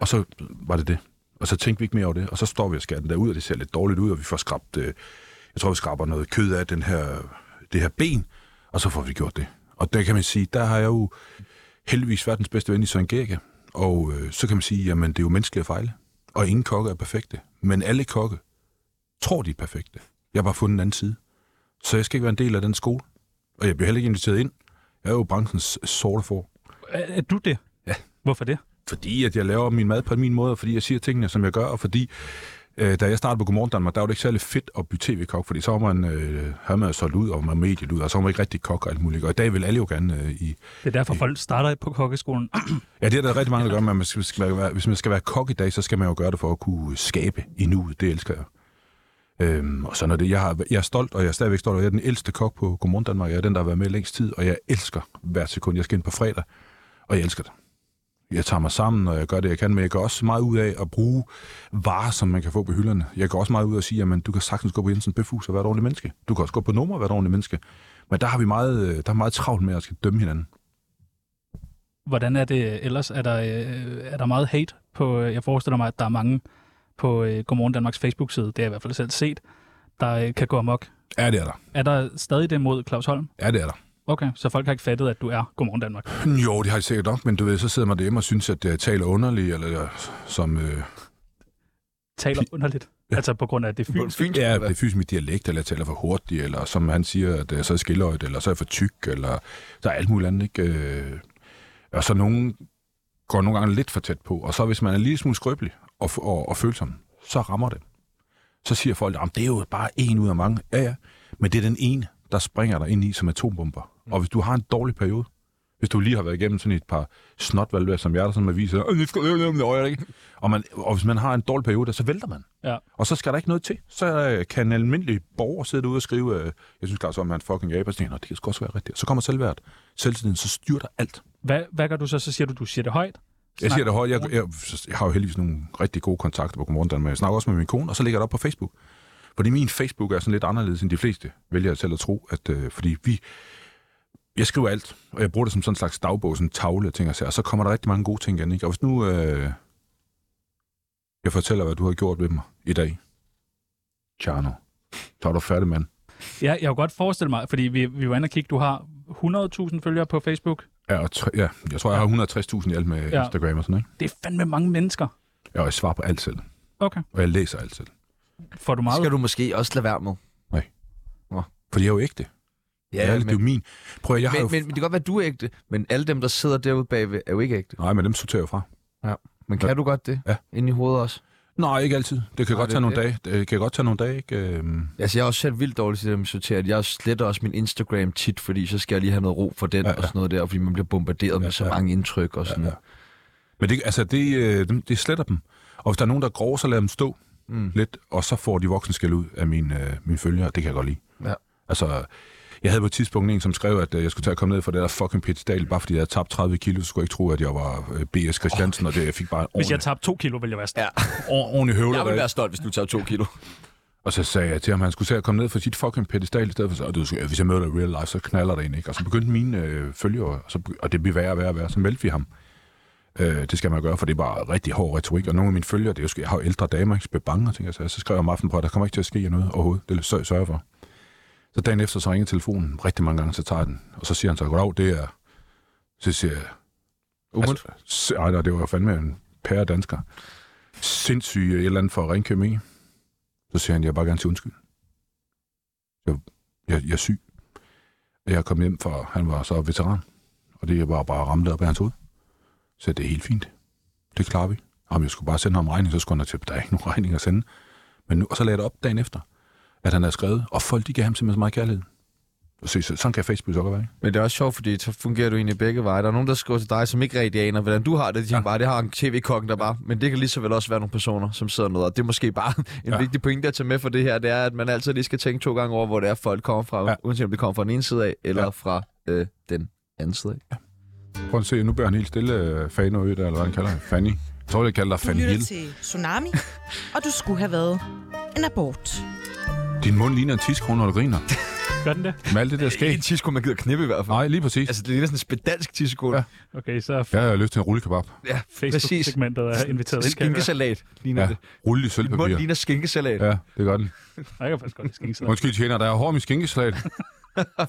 Speaker 4: Og så var det det. Og så tænkte vi ikke mere over det, og så står vi og skærer den der ud, og det ser lidt dårligt ud, og vi får skrabt, øh, jeg tror, vi skraber noget kød af den her, det her ben, og så får vi gjort det. Og der kan man sige, der har jeg jo heldigvis verdens bedste ven i Søren Gerke, og øh, så kan man sige, jamen det er jo menneskeligt at fejle, og ingen kokke er perfekte, men alle kokke tror, de er perfekte. Jeg har bare fundet en anden side. Så jeg skal ikke være en del af den skole, og jeg bliver heller ikke inviteret ind. Jeg er jo branchens sorte for.
Speaker 2: Er, er du det?
Speaker 4: Ja.
Speaker 2: Hvorfor det?
Speaker 4: Fordi at jeg laver min mad på min måde, og fordi jeg siger tingene, som jeg gør, og fordi øh, da jeg startede på Godmorgen Danmark, der var det ikke særlig fedt at blive tv-kok, fordi så var man, øh, havde man jo solgt ud, og man var mediet ud, og så var man ikke rigtig kok og alt muligt. Og i dag vil alle jo gerne øh, i...
Speaker 2: Det er derfor, folk starter på kokkeskolen.
Speaker 4: Ja, det er der rigtig mange, der gør, men man skal, skal være, hvis man skal være kok i dag, så skal man jo gøre det for at kunne skabe i nuet. Det elsker jeg. Øhm, og sådan er det. Jeg, har, jeg er stolt, og jeg er stadigvæk stolt, og jeg er den ældste kok på Godmorgen Danmark. Jeg er den, der har været med længst tid, og jeg elsker hver sekund. Jeg skal ind på fredag, og jeg elsker det. Jeg tager mig sammen, og jeg gør det, jeg kan, men jeg gør også meget ud af at bruge varer, som man kan få på hylderne. Jeg gør også meget ud af at sige, at du kan sagtens gå på Jensen Bøfhus og være et ordentligt menneske. Du kan også gå på nummer og være et ordentligt menneske. Men der har vi meget, øh, der er meget travlt med at skal dømme hinanden.
Speaker 2: Hvordan er det ellers? Er der, øh, er der meget hate på... øh, Jeg forestiller mig, at der er mange på øh, Godmorgen Danmarks Facebook-side, det har jeg i hvert fald selv set, der øh, kan gå amok.
Speaker 4: Ja, det er der.
Speaker 2: Er der stadig det mod Claus Holm?
Speaker 4: Ja, det er der.
Speaker 2: Okay, så folk har ikke fattet, at du er Godmorgen Danmark.
Speaker 4: Jo, det har jeg sikkert nok, men du ved, så sidder man derhjemme og synes, at jeg taler underligt, eller jeg- som... Øh,
Speaker 2: Taler underligt. Altså på grund af at det er fynsk.
Speaker 1: Fint.
Speaker 4: ja, det er fysisk mit dialekt, eller jeg taler for hurtigt, eller som han siger, at øh, så er jeg skildøjt, eller så er jeg for tyk, eller der er alt muligt andet, ikke? Øh, og så nogen går nogle gange lidt for tæt på, og så hvis man er en lille smule skrøbelig og, f- og, og følsom, så rammer det. Så siger folk, at det er jo bare en ud af mange. Ja, ja, men det er den ene, der springer dig ind i som atombomber. Og hvis du har en dårlig periode, hvis du lige har været igennem sådan et par snotvalgvær som jeg, der sådan viser, og, man, og hvis man har en dårlig periode, så vælter man.
Speaker 2: Ja.
Speaker 4: Og så skal der ikke noget til. Så øh, kan en almindelig borger sidde derude og skrive, øh, jeg synes klart, så er man fucking jaber, og så tænker, jeg, "Nå, det kan sgu også være rigtigt. Så kommer selvværd. Selvtiden, så styrter alt.
Speaker 2: Hvad, hvad gør du så? Så siger du, du siger det højt.
Speaker 4: Jeg
Speaker 2: Snak-
Speaker 4: siger det højt. Jeg, jeg, jeg, har jo heldigvis nogle rigtig gode kontakter på Godmorgen Danmark. Jeg snakker også med min kone, og så ligger jeg det op på Facebook. Fordi min Facebook er sådan lidt anderledes end de fleste, vælger jeg selv at tro. At, øh, fordi vi, jeg skriver alt, og jeg bruger det som sådan en slags dagbog, sådan en tavle, ting og sager, og så kommer der rigtig mange gode ting igen. Ikke? Og hvis nu øh, jeg fortæller, hvad du har gjort ved mig i dag, Tjerno, så er du færdig, mand.
Speaker 2: Ja, jeg kan godt forestille mig, fordi vi, vi var inde og kigge, du har 100.000 følgere på Facebook.
Speaker 4: Ja, og tre, ja, jeg tror, jeg har 160.000 i alt med
Speaker 2: Ja.
Speaker 4: ja. Instagram og sådan, ikke?
Speaker 2: Det er fandme mange mennesker.
Speaker 4: Ja, og jeg svarer på alt selv,
Speaker 2: Okay.
Speaker 4: og jeg læser alt selv.
Speaker 2: Får du meget?
Speaker 1: Skal du måske også lade være med?
Speaker 4: Fordi jeg er jo ægte. Ja, jeg er, men... Det er jo min. Prøv at, jeg har
Speaker 1: men,
Speaker 4: jo...
Speaker 1: men, men det kan godt være, at du er ægte, men alle dem, der sidder derude bagved, er jo ikke ægte.
Speaker 4: Nej, men dem sorterer jeg fra.
Speaker 1: Men kan du godt det?
Speaker 4: Ja.
Speaker 1: Inde i hovedet også?
Speaker 4: Nej, ikke altid. Det kan
Speaker 1: Nej,
Speaker 4: godt
Speaker 1: det-
Speaker 4: tage nogle dage. Det kan godt tage nogle dage, ikke? Øhm,
Speaker 1: Altså, jeg er også selv vildt dårlig til det med sorteret. Jeg sletter også min Instagram tit, fordi så skal jeg lige have noget ro for den ja, ja.
Speaker 4: Ja, ja.
Speaker 1: og sådan noget der, fordi man bliver bombarderet ja, ja. med så
Speaker 4: ja.
Speaker 1: mange indtryk og sådan
Speaker 4: Ja,
Speaker 1: ja,
Speaker 4: ja. Men det, altså, det, øh, dem- det sletter dem. Og hvis der er nogen, der er grove, så lader dem stå mm. lidt, og så får de voksne skæld ud af mine, øh, mine følgere. Det kan jeg godt lide.
Speaker 1: Ja.
Speaker 4: Altså, Jeg havde på et tidspunkt en, som skrev, at øh, jeg skulle tage at komme ned fra det der fucking pedestal, bare fordi jeg havde tabt 30 kilo, så skulle jeg ikke tro, at jeg var øh, B.S. Christiansen, og det jeg fik bare en
Speaker 2: Hvis jeg
Speaker 4: ordentlig,
Speaker 2: tabte to kilo, ville jeg være
Speaker 1: Ja.
Speaker 2: stolt.
Speaker 4: ord- ordentlig høvler.
Speaker 1: Jeg ville
Speaker 4: der-
Speaker 1: være stolt, hvis du tager to kilo.
Speaker 4: Og så sagde jeg til ham, at han skulle se at komme ned fra sit fucking pedestal i stedet for, så, du, skal- hvis jeg møder dig i real life, så knaller det en, ikke? Og så begyndte mine øh, følgere, og, så, begy- og det blev værre og værre og værre, så meldte vi ham. Øh, det skal man gøre, for det er bare rigtig hård retorik. Og nogle af mine følgere, det er jo, sk- jeg har jo ældre damer, ikke? Så blev bange, og tænker, jeg, så, så skrev jeg om aftenen på, at der kommer ikke til at ske noget overhovedet. Det sørger jeg sørge for. Så dagen efter, så ringer telefonen rigtig mange gange, så tager jeg den. Og så siger han så, goddag, det er... Så siger jeg...
Speaker 1: Umut.
Speaker 4: Altså, ej, nej, det var jo fandme en pære dansker. Sindssyg øh, et eller andet for Ringkøbing. Så siger han, jeg vil bare gerne til undskyld. Jeg, jeg, jeg er syg. Jeg kom hjem fra, han var så veteran, og det var bare ramt op af hans hoved. Så det er helt fint. Det klarer vi. Om jeg skulle bare sende ham regning, så skulle han have til, der er ikke nogen regning at sende. Men nu, og så lagde jeg det op dagen efter, at han havde skrevet, og folk de gav ham simpelthen så meget kærlighed. Og se, så, sådan kan Facebook så godt være, ikke?
Speaker 1: Men det er også sjovt, fordi så fungerer du egentlig begge veje. Der er nogen, der skriver til dig, som ikke rigtig aner, hvordan du har det. De tænker bare, det har en tv-kokken, der bare... Men det kan lige så vel også være nogle personer, som sidder nede. Og det er måske bare en
Speaker 4: Ja.
Speaker 1: ja. vigtig pointe at tage med for det her. Det er, at man altid lige skal tænke to gange over, hvor det er, folk kommer fra.
Speaker 4: Ja.
Speaker 1: Ja. Uanset om det kommer fra den ene side af, eller
Speaker 4: Ja.
Speaker 1: ja. fra øh, den anden side af.
Speaker 4: Prøv at se, nu bliver han helt stille, øh, Fanø, der, eller hvad han kalder det. Fanny. Jeg tror, jeg kalder dig
Speaker 5: Du
Speaker 4: Fanny
Speaker 5: lytter
Speaker 4: Hill.
Speaker 5: til Tsunami, og du skulle have været en abort.
Speaker 4: Din mund ligner en tiskron, når du griner.
Speaker 2: Gør den det?
Speaker 4: Med alt det der
Speaker 1: Det er
Speaker 4: skæg.
Speaker 1: en tisko, man gider knippe i hvert fald.
Speaker 4: Nej, lige præcis.
Speaker 1: Altså, det er sådan en spedalsk tisko.
Speaker 4: Ja.
Speaker 1: Ja.
Speaker 2: Okay, så er
Speaker 4: Jeg har lyst til en rullekebab.
Speaker 1: ja, præcis.
Speaker 2: Facebook-segmentet er inviteret ind. Kan jeg, høre.
Speaker 1: Skinkesalat ligner
Speaker 4: Ja,
Speaker 1: ja. det.
Speaker 4: rulle
Speaker 1: Din
Speaker 4: i
Speaker 1: Mund
Speaker 4: sølvpapir.
Speaker 1: ligner skinkesalat. Ja.
Speaker 4: Ja, det gør den.
Speaker 2: Ej, jeg kan faktisk godt lide skinkesalat.
Speaker 4: Undskyld, tjener, der er hård i min skinkesalat.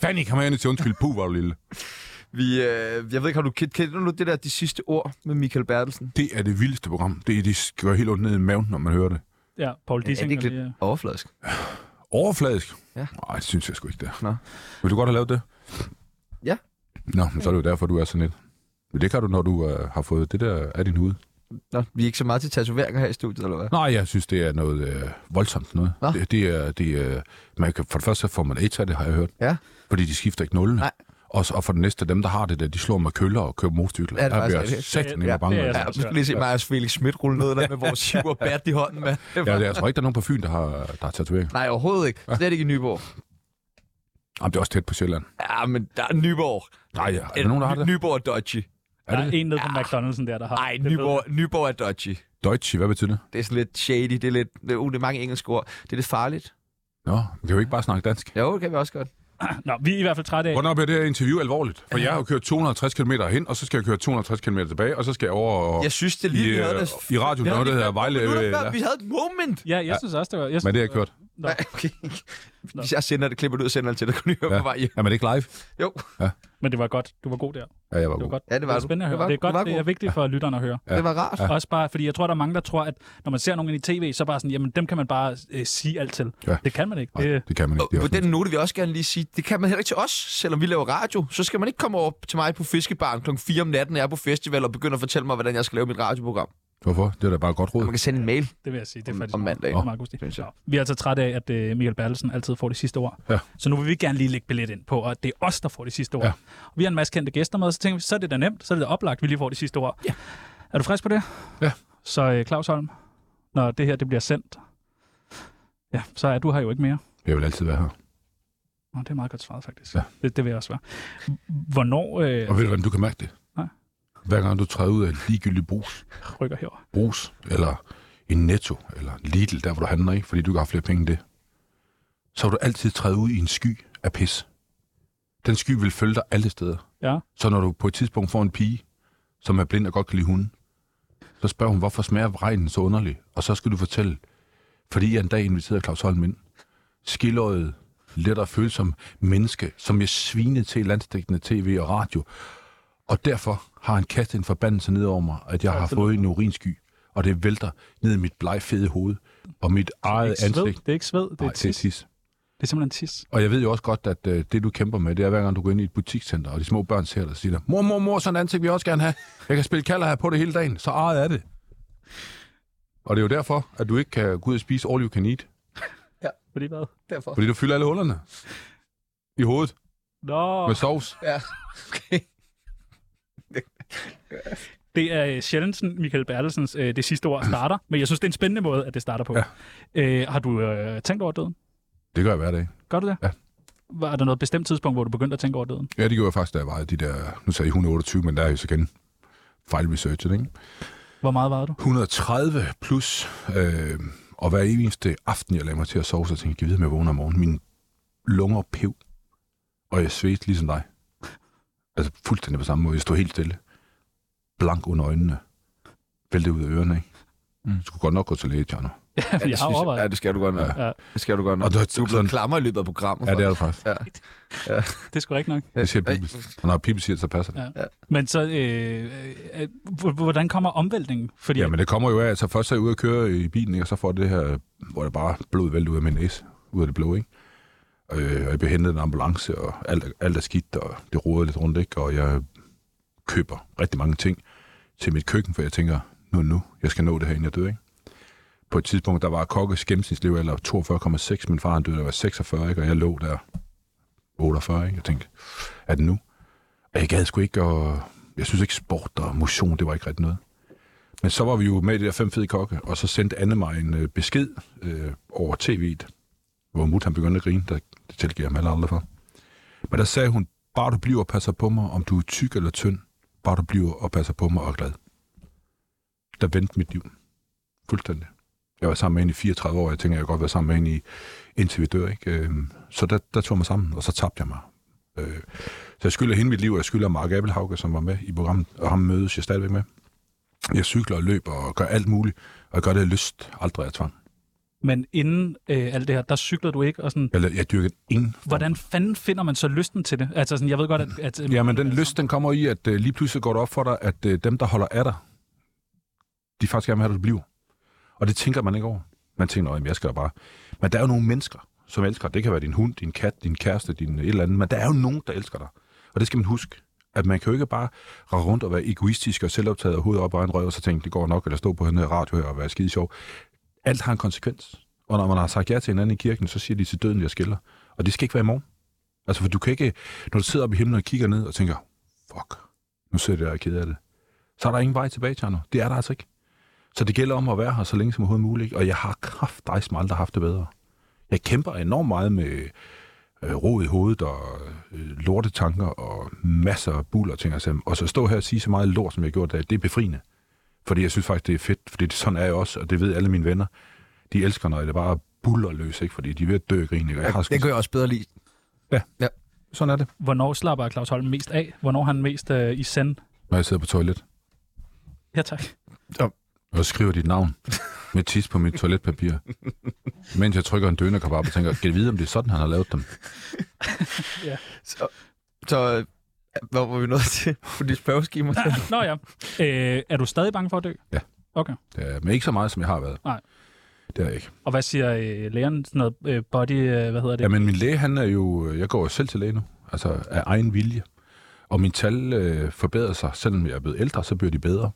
Speaker 4: Fanny, kom herinde til undskyld. Puh, var du lille.
Speaker 1: Vi, øh, jeg ved ikke, har du kendt, kender du det der De Sidste Ord med Michael Bertelsen?
Speaker 4: Det er det vildeste program. Det, er- det gør helt ondt ned i maven, når man hører det.
Speaker 2: Ja, Paul Dissing.
Speaker 1: ikke
Speaker 2: Ja,
Speaker 1: lidt overfladisk?
Speaker 4: Overfladisk?
Speaker 1: Ja.
Speaker 4: Nej, det synes jeg sgu ikke, det er.
Speaker 1: Nå.
Speaker 4: Vil du godt have lavet det?
Speaker 1: Ja.
Speaker 4: Nå, men så er det jo derfor, du er sådan lidt. Men det kan du, når du øh, har fået det der af din hud.
Speaker 1: Nå, vi er ikke så meget til tatoveringer her i studiet, eller hvad?
Speaker 4: Nej, jeg synes, det er noget øh, voldsomt noget.
Speaker 1: Hva?
Speaker 4: Det, det er, det er, man kan, for det første så får man AIDS af det, har jeg hørt.
Speaker 1: Ja.
Speaker 4: Fordi de skifter ikke nullene.
Speaker 1: Nej.
Speaker 4: Og, så- og for det næste, dem der har det der, de slår med køller og kører motorcykler.
Speaker 1: Ja, det er
Speaker 4: der
Speaker 1: faktisk
Speaker 4: bliver jeg
Speaker 1: rigtigt.
Speaker 4: satan
Speaker 2: Ja,
Speaker 4: ja, bange.
Speaker 2: det er
Speaker 4: Ja,
Speaker 2: jeg
Speaker 4: ja.
Speaker 1: Ja,
Speaker 2: altså,
Speaker 1: nu skal lige se mig og Felix Schmidt rulle ned der med vores syv og bat i hånden, mand.
Speaker 4: Ja, det er altså ikke, der er nogen på Fyn, der har, der har tatoveringer.
Speaker 1: Nej, overhovedet ikke. Slet ikke i Nyborg.
Speaker 4: Jamen, det er også tæt på Sjælland.
Speaker 1: Ja, men der er Nyborg.
Speaker 4: Nej, ja. er der nogen, der har det?
Speaker 1: Nyborg er dodgy.
Speaker 4: Er
Speaker 2: Der er
Speaker 4: det det?
Speaker 2: en nede på McDonald's'en der, der har.
Speaker 1: Nej,
Speaker 2: Det ved
Speaker 1: Nyborg, Nyborg er dodgy.
Speaker 4: Deutsche, hvad betyder det?
Speaker 1: Det er sådan lidt shady. Det er lidt... Det er, uh, det er mange engelske ord. Det er lidt farligt.
Speaker 4: Nå, man kan jo ikke bare snakke dansk.
Speaker 1: Jo, det kan vi også godt.
Speaker 2: jeg. Nå, vi er i hvert fald trætte af.
Speaker 4: Hvornår bliver det her interview alvorligt? For jeg har jo kørt 250 km hen, og så skal jeg køre 250 km tilbage, og så skal jeg over og...
Speaker 1: Jeg synes, det er lige...
Speaker 4: I,
Speaker 1: vi havde
Speaker 4: øh,
Speaker 1: det-
Speaker 4: i radioen,
Speaker 1: vi havde
Speaker 4: noget,
Speaker 1: det
Speaker 4: der hedder
Speaker 1: fem
Speaker 4: Vejle-
Speaker 1: minutter før,
Speaker 4: ja.
Speaker 1: Vi havde et moment.
Speaker 2: Ja, jeg synes også, det var... Jeg
Speaker 4: Men
Speaker 2: synes,
Speaker 4: det har jeg kørt.
Speaker 2: Nå.
Speaker 1: Nej, okay. Jeg sender det, klipper det ud og sender det til dig, kunne du høre
Speaker 4: Ja.
Speaker 1: på vej hjem.
Speaker 4: Er man ikke live?
Speaker 1: Jo.
Speaker 2: Men det var godt. Du var god der. Det
Speaker 4: Ja, jeg var
Speaker 2: var
Speaker 4: god.
Speaker 2: godt.
Speaker 1: Ja, det var
Speaker 2: det
Speaker 1: du.
Speaker 2: var spændende at
Speaker 1: Det
Speaker 2: høre.
Speaker 1: var-
Speaker 2: Det er
Speaker 1: du var
Speaker 2: godt, det er
Speaker 1: god.
Speaker 2: vigtigt for lytteren at høre.
Speaker 1: Det var rart.
Speaker 2: Ja. Også bare, fordi jeg tror, der er mange, der tror, at når man ser nogen i tv, så bare sådan, jamen dem kan man bare øh, sige alt til.
Speaker 4: Ja.
Speaker 2: Det kan man ikke.
Speaker 4: Nej,
Speaker 2: Det,
Speaker 4: det kan man ikke. Det er
Speaker 1: På
Speaker 4: også-
Speaker 1: den note vil jeg også gerne lige sige, det kan man heller ikke til os, selvom vi laver radio. Så skal man ikke komme over til mig på Fiskebaren kl. 4 om natten, når jeg er på festival, og begynde at fortælle mig, hvordan jeg skal lave mit radioprogram.
Speaker 4: Hvorfor? Det er da bare et godt råd.
Speaker 1: Man kan sende en mail.
Speaker 2: det vil jeg sige. Det er
Speaker 1: Om-
Speaker 2: faktisk
Speaker 1: om mandag.
Speaker 2: Meget, meget god stil.
Speaker 1: synes jeg.
Speaker 2: Nå, Vi er altså trætte af, at øh, Michael Bertelsen altid får det sidste ord.
Speaker 4: Ja.
Speaker 2: Så nu vil vi gerne lige lægge billet ind på, og at det er os, der får det sidste ord.
Speaker 4: Ja.
Speaker 2: Og vi har en masse kendte gæster med, og så tænker vi, så er det da nemt, så er det da oplagt, at vi lige får det sidste ord.
Speaker 1: Ja.
Speaker 2: Er du frisk på det?
Speaker 4: Ja.
Speaker 2: Så øh, Claus Holm, når det her det bliver sendt, ja, så er du her jo ikke mere.
Speaker 4: Jeg vil altid være her.
Speaker 2: Nå, det er meget godt svaret, faktisk.
Speaker 4: Ja.
Speaker 2: Det, det vil jeg også være. Hvornår øh,
Speaker 4: Og ved du, hvordan du kan mærke det?
Speaker 2: Nej.
Speaker 4: Hver gang du træder ud af en ligegyldig brus,
Speaker 2: rykker herover?
Speaker 4: brus eller en netto, eller Lidl, der hvor du handler, ikke? fordi du kan have flere penge end det, så vil du altid træde ud i en sky af pis. Den sky vil følge dig alle steder.
Speaker 2: Ja.
Speaker 4: Så når du på et tidspunkt får en pige, som er blind og godt kan lide hunden, så spørger hun, hvorfor smager regnen så underligt? Og så skal du fortælle, fordi jeg en dag inviterede Claus Holm ind. Skiløjet, let og følsom menneske, som jeg svinede til i landstækkende tv og radio. Og derfor har han kastet en forbandelse ned over mig, at jeg har fået en urinsky, og det vælter ned i mit blegfede hoved og mit ejet
Speaker 2: Det er ikke sved,
Speaker 4: ansigt.
Speaker 2: det er, ikke sved, det er,
Speaker 4: Nej, det er
Speaker 2: tis.
Speaker 4: tis.
Speaker 2: Det er simpelthen tis.
Speaker 4: Og jeg ved jo også godt, at øh, det, du kæmper med, det er, hver gang du går ind i et butikscenter, og de små børn ser dig og siger, mor, mor, mor, sådan en ansigt vil jeg også gerne have. Jeg kan spille kalder her på det hele dagen, så ejet er det. Og det er jo derfor, at du ikke kan gå ud og spise all you can eat,
Speaker 2: Fordi hvad?
Speaker 1: Derfor.
Speaker 4: fordi du fylder alle hullerne i hovedet
Speaker 2: Nå,
Speaker 4: med sovs.
Speaker 1: Ja. Okay.
Speaker 2: det er øh, sjældent, sådan Michael Bertelsens øh, det sidste ord starter, men jeg synes, det er en spændende måde, at det starter på. Ja. Øh, har du øh, tænkt over døden?
Speaker 4: Det gør jeg hver dag.
Speaker 2: Gør du det?
Speaker 4: Ja.
Speaker 2: Var der noget bestemt tidspunkt, hvor du begyndte at tænke over døden?
Speaker 4: Ja, det gjorde jeg faktisk, da jeg vejede de der... Nu sagde jeg 128, men der er jo så igen fejlresearchet, ikke?
Speaker 2: Hvor meget var du?
Speaker 4: 130 plus, øh, og hver eneste aften, jeg lagde mig til at sove, så tænkte jeg, "Gid vide, om jeg vågner om morgenen. Mine lunger pev, og jeg svedte ligesom dig. Altså fuldstændig på samme måde. Jeg stod helt stille. Blank under øjnene. Vælte ud af ørerne, ikke? Mm. Skulle godt nok gå til læge, Tjerno.
Speaker 2: Ja, jeg har overvejet.
Speaker 1: Ja, det skal du godt nok.
Speaker 2: Ja.
Speaker 1: Ja. Det skal du godt nok.
Speaker 4: Og
Speaker 1: Og
Speaker 4: der
Speaker 1: du
Speaker 4: er
Speaker 1: er
Speaker 4: sådan-
Speaker 1: blevet klammer i løbet af programmet.
Speaker 4: Ja, det er
Speaker 1: faktisk.
Speaker 4: det faktisk.
Speaker 2: Det er sgu ikke nok.
Speaker 4: Det siger Pibels. Og når Pibels siger det, så passer det.
Speaker 2: Men så, øh, øh, øh, h- hvordan kommer omvæltningen? Fordi
Speaker 4: Jamen, det kommer jo af, at så først er jeg ude at køre i bilen, ikke? og så får det her, hvor der bare er blod vælt ud af min næse, ud af det blå, ikke? Øh, og jeg bliver hentet af en ambulance, og alt, er- alt er skidt, og det roder lidt rundt, ikke? Og jeg køber rigtig mange ting til mit køkken, for jeg tænker, nu er det nu, jeg skal nå det her, inden jeg dør, ikke? På et tidspunkt, der var kokkes gennemsnitslevealder 42,6, min far han døde, der var 46, ikke? Og jeg lå der 48, ikke? Jeg tænkte, er det nu? Og jeg gad sgu ikke, og jeg synes ikke sport og motion, det var ikke rigtig noget. Men så var vi jo med i det der fem fede kokke, og så sendte Anne mig en øh, besked øh, over tv'et, hvor Mut han begyndte at grine, der, det tilgiver jeg mig heller aldrig for. Men der sagde hun, bare du bliver og passer på mig, om du er tyk eller tynd, bare du bliver og passer på mig og er glad. Der vendte mit liv. Fuldstændig. Jeg var sammen med hende i 34 år, og jeg tænker, jeg kan godt være sammen med hende i, indtil vi dør. Ikke? Øh, så der, der tog jeg mig sammen, og så tabte jeg mig. Øh, så jeg skylder hende mit liv, og jeg skylder Mark Abelhauke, som var med i programmet, og ham mødes jeg stadigvæk med. Jeg cykler og løber og gør alt muligt, og jeg gør det af lyst, aldrig af tvang.
Speaker 2: Men inden øh, alt det her, der cyklede du ikke, og sådan,
Speaker 4: Jeg, jeg dyrker ingen.
Speaker 2: hvordan fanden finder man så lysten til det? Altså, sådan, jeg ved godt, at... at øh,
Speaker 4: Jamen, den lyst, den kommer i, at øh, lige pludselig går det op for dig, at øh, dem, der holder af dig, de faktisk gerne vil have, at du bliver. Og det tænker man ikke over. Man tænker, at jeg skal da bare. Men der er jo nogle mennesker, som elsker dig. Det kan være din hund, din kat, din kæreste, din øh, et eller andet. Men der er jo nogen, der elsker dig. Og det skal man huske. At man kan jo ikke bare rende rundt og være egoistisk og selvoptaget og hovedet op og en røv, og så tænke, det går nok, eller stå på den her radio her og være skide sjov. Alt har en konsekvens. Og når man har sagt ja til hinanden i kirken, så siger de til døden, jeg skiller. Og det skal ikke være i morgen. Altså, for du kan ikke, når du sidder oppe i himlen og kigger ned og tænker, fuck, nu sidder jeg og er ked af det. Så er der ingen vej tilbage, Tjerno. Det er der altså ikke. Så det gælder om at være her så længe som overhovedet muligt. ikke? Og jeg har kraft dig som aldrig har haft det bedre. Jeg kæmper enormt meget med øh, ro i hovedet og øh, lortetanker og masser af buller og ting. Og, sager. og så stå her og sige så meget lort, som jeg gjorde, det, det er befriende. Fordi jeg synes faktisk, det er fedt, fordi det, sådan er jeg også, og det ved alle mine venner. De elsker, når jeg bare buller løs, ikke? fordi de er ved at dø af grin. Ikke? Og Jeg har sgu...
Speaker 1: Det kan jeg også bedre lide.
Speaker 4: Sådan er det,
Speaker 2: Hvornår slapper Claus Holm mest af? Hvornår er han mest øh, i send?
Speaker 4: når jeg sidder på toilet.
Speaker 2: Ja, tak.
Speaker 4: og skriver dit navn med tis på mit toiletpapir, mens jeg trykker en dønerkebab og tænker, kan jeg vide, om det er sådan, han har lavet dem?
Speaker 1: Så øh, hvor var vi nået til? Fordi spørgeskema.
Speaker 2: Nå ja. Øh, er du stadig bange for at dø?
Speaker 4: Ja.
Speaker 2: Okay.
Speaker 4: Det er, men ikke så meget, som jeg har været.
Speaker 2: Nej.
Speaker 4: Det er jeg ikke.
Speaker 2: Og hvad siger øh, lægeren? Sådan noget øh, body... Øh, hvad hedder det?
Speaker 4: Jamen, min læge, han er jo... Jeg går jo selv til læge nu, altså af egen vilje. Og mine tal øh, forbedrer sig. Selvom jeg er blevet ældre, så bliver de bedre.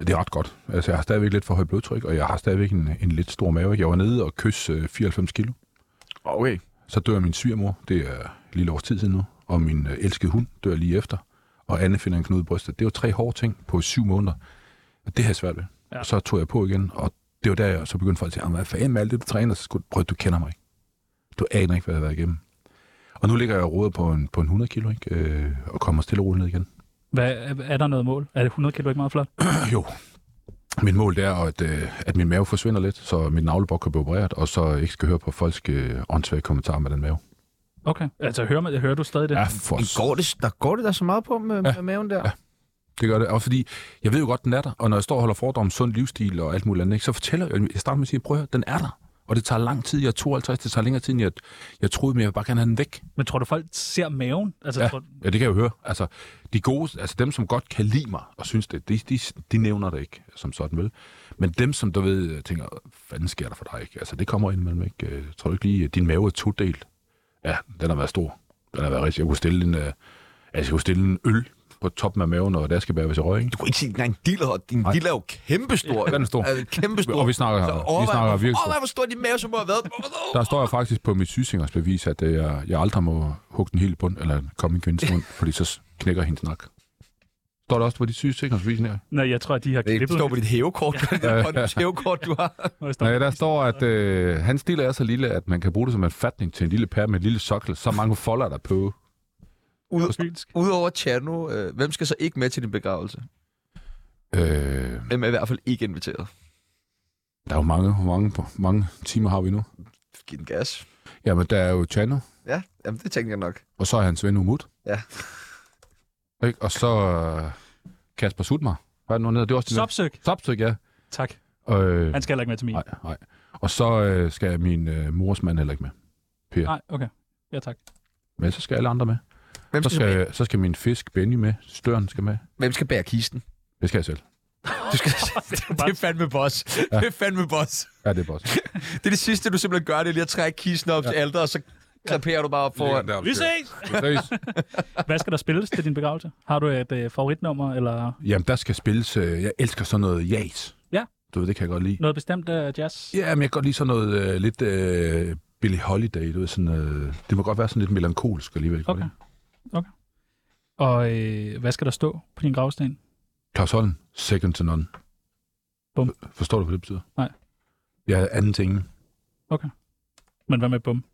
Speaker 4: Det er ret godt. Altså, jeg har stadigvæk lidt for højt blodtryk, og jeg har stadigvæk en, en lidt stor mave. Jeg var nede og kysse øh, 94 kilo.
Speaker 1: Okay.
Speaker 4: Så dør min svigermor, det er et lille års tid siden nu, og min øh, elskede hund dør lige efter, og Anne finder en knude i brystet. Det var tre hårde ting på syv måneder, og det har jeg svært ved.
Speaker 2: Ja.
Speaker 4: Ja. Så tog jeg på igen, og det var der, jeg så begyndte folk at sige, "Jamen, hvad fanden med alt det, du træner, så skulle prøv, at- du kender mig ikke. Du aner ikke, hvad jeg har været igennem. Og nu ligger jeg og roder på en, på en 100 kilo, ikke? Øh, og kommer stille og roligt ned igen.
Speaker 2: Hvad, er der noget mål? Er det 100 kilo ikke meget flot?
Speaker 4: Jo. Mit mål det er, at, øh, at min mave forsvinder lidt, så min navlebok kan blive opereret, og så jeg ikke skal høre på folks øh, åndssvage kommentarer med den mave.
Speaker 2: Okay. Altså, hører, man, hører du stadig det?
Speaker 4: Ja, for
Speaker 1: Men Går det, der går det der så meget på med, ja. med maven der? Ja.
Speaker 4: Det gør det. Og fordi, jeg ved jo godt, den er der. Og når jeg står og holder foredrag om sund livsstil og alt muligt andet, ikke, så fortæller jeg, jeg starter med at sige, prøv at høre, den er der. Og det tager lang tid. Jeg er 52, det tager længere tid, end jeg, jeg troede, men jeg vil bare gerne have den væk.
Speaker 2: Men tror du, folk ser maven? Altså,
Speaker 4: Ja,
Speaker 2: tror,
Speaker 4: ja, det kan jeg jo høre. Altså, de gode, altså dem, som godt kan lide mig og synes det, de, de, de nævner det ikke som sådan, vel? Men dem, som der ved, tænker, "Hvad fanden sker der for dig, ikke? Altså, det kommer ind imellem, ikke? Øh, Tror du ikke lige, at din mave er todelt? Ja, den har været stor. Den har været rigtig. Jeg kunne stille en, øh, altså, jeg kunne stille en øl på toppen af maven, og der skal være, hvis jeg røg, ikke?
Speaker 1: Du kan ikke sige, nej, diller, og din diller er jo kæmpestor.
Speaker 4: Ja, den er stor.
Speaker 1: Altså, kæmpestor.
Speaker 4: Og vi snakker-
Speaker 1: Så
Speaker 4: vi
Speaker 1: overvej,
Speaker 4: snakker virkelig stor.
Speaker 1: Overvej, hvor stor din mave, som har været.
Speaker 4: Der står jeg faktisk på mit sygesikringsbevis, at øh, jeg, jeg aldrig må hugge den hele bund, eller komme i kvindens mund, fordi så s- knækker hendes nak. Står der også på de sygesikringsvisen her?
Speaker 2: Nej, jeg tror, at de har
Speaker 1: Det
Speaker 2: klippet
Speaker 1: står på dit hævekort, på dit hævekort, du har.
Speaker 4: Nej, der står, at øh, hans stil er så lille, at man kan bruge det som en fatning til en lille pære med en lille sokkel. Så mange folder der på.
Speaker 1: Ud, udover Tjerno, øh, hvem skal så ikke med til din begravelse?
Speaker 4: Øh,
Speaker 1: Hvem er i hvert fald ikke inviteret?
Speaker 4: der er jo mange, hvor mange, hvor mange timer har vi nu.
Speaker 1: Giv den gas.
Speaker 4: Jamen, der er jo Chano,
Speaker 1: Ja, jamen, det tænker jeg nok.
Speaker 4: og så er hans ven Umut.
Speaker 1: Ja.
Speaker 4: Ikke? Og så øh, Kasper Sudmar. Hvad er det nu nede? Det er også din ven.
Speaker 2: Stopsøg.
Speaker 4: Stopstyk, ja.
Speaker 2: Tak.
Speaker 4: Og, øh,
Speaker 2: Han skal heller ikke med til min.
Speaker 4: nej, nej. Og så øh, skal min øh, mors mand heller ikke med.
Speaker 2: Nej, okay. Ja, tak.
Speaker 4: Men så skal alle andre med.
Speaker 1: Hvem
Speaker 4: Så
Speaker 1: skal, skal...
Speaker 4: skal, så skal min fisk Benny med. Støren skal med.
Speaker 1: Hvem skal bære kisten?
Speaker 4: Det skal jeg selv.
Speaker 1: Du skal...
Speaker 2: bare-
Speaker 1: det er fandme boss. Det er fandme boss.
Speaker 4: Ja, det er boss.
Speaker 1: Det er det sidste, du simpelthen gør, det er lige at trække kisten op ja. til alderet, og så klaperer du bare op foran.
Speaker 2: Vi ses!
Speaker 4: ses!
Speaker 2: Hvad skal der spilles til din begravelse? Har du et øh, favoritnummer, eller
Speaker 4: Jamen, der skal spilles... Øh, jeg elsker sådan noget jazz.
Speaker 2: Ja.
Speaker 4: Du ved, det kan jeg godt lide.
Speaker 2: noget bestemt øh, jazz?
Speaker 4: Ja, men jeg kan godt lide sådan noget øh, lidt øh, Billie Holiday. Du ved, sådan, øh, det må godt være sådan lidt melankolsk alligevel.
Speaker 2: Okay. okay. Og øh, hvad skal der stå på din gravsten?
Speaker 4: Claus Holm, second to none.
Speaker 2: Bum.
Speaker 4: For- Forstår du, hvad det betyder?
Speaker 2: Nej.
Speaker 4: Jeg er anden ting.
Speaker 2: Men hvad med bum?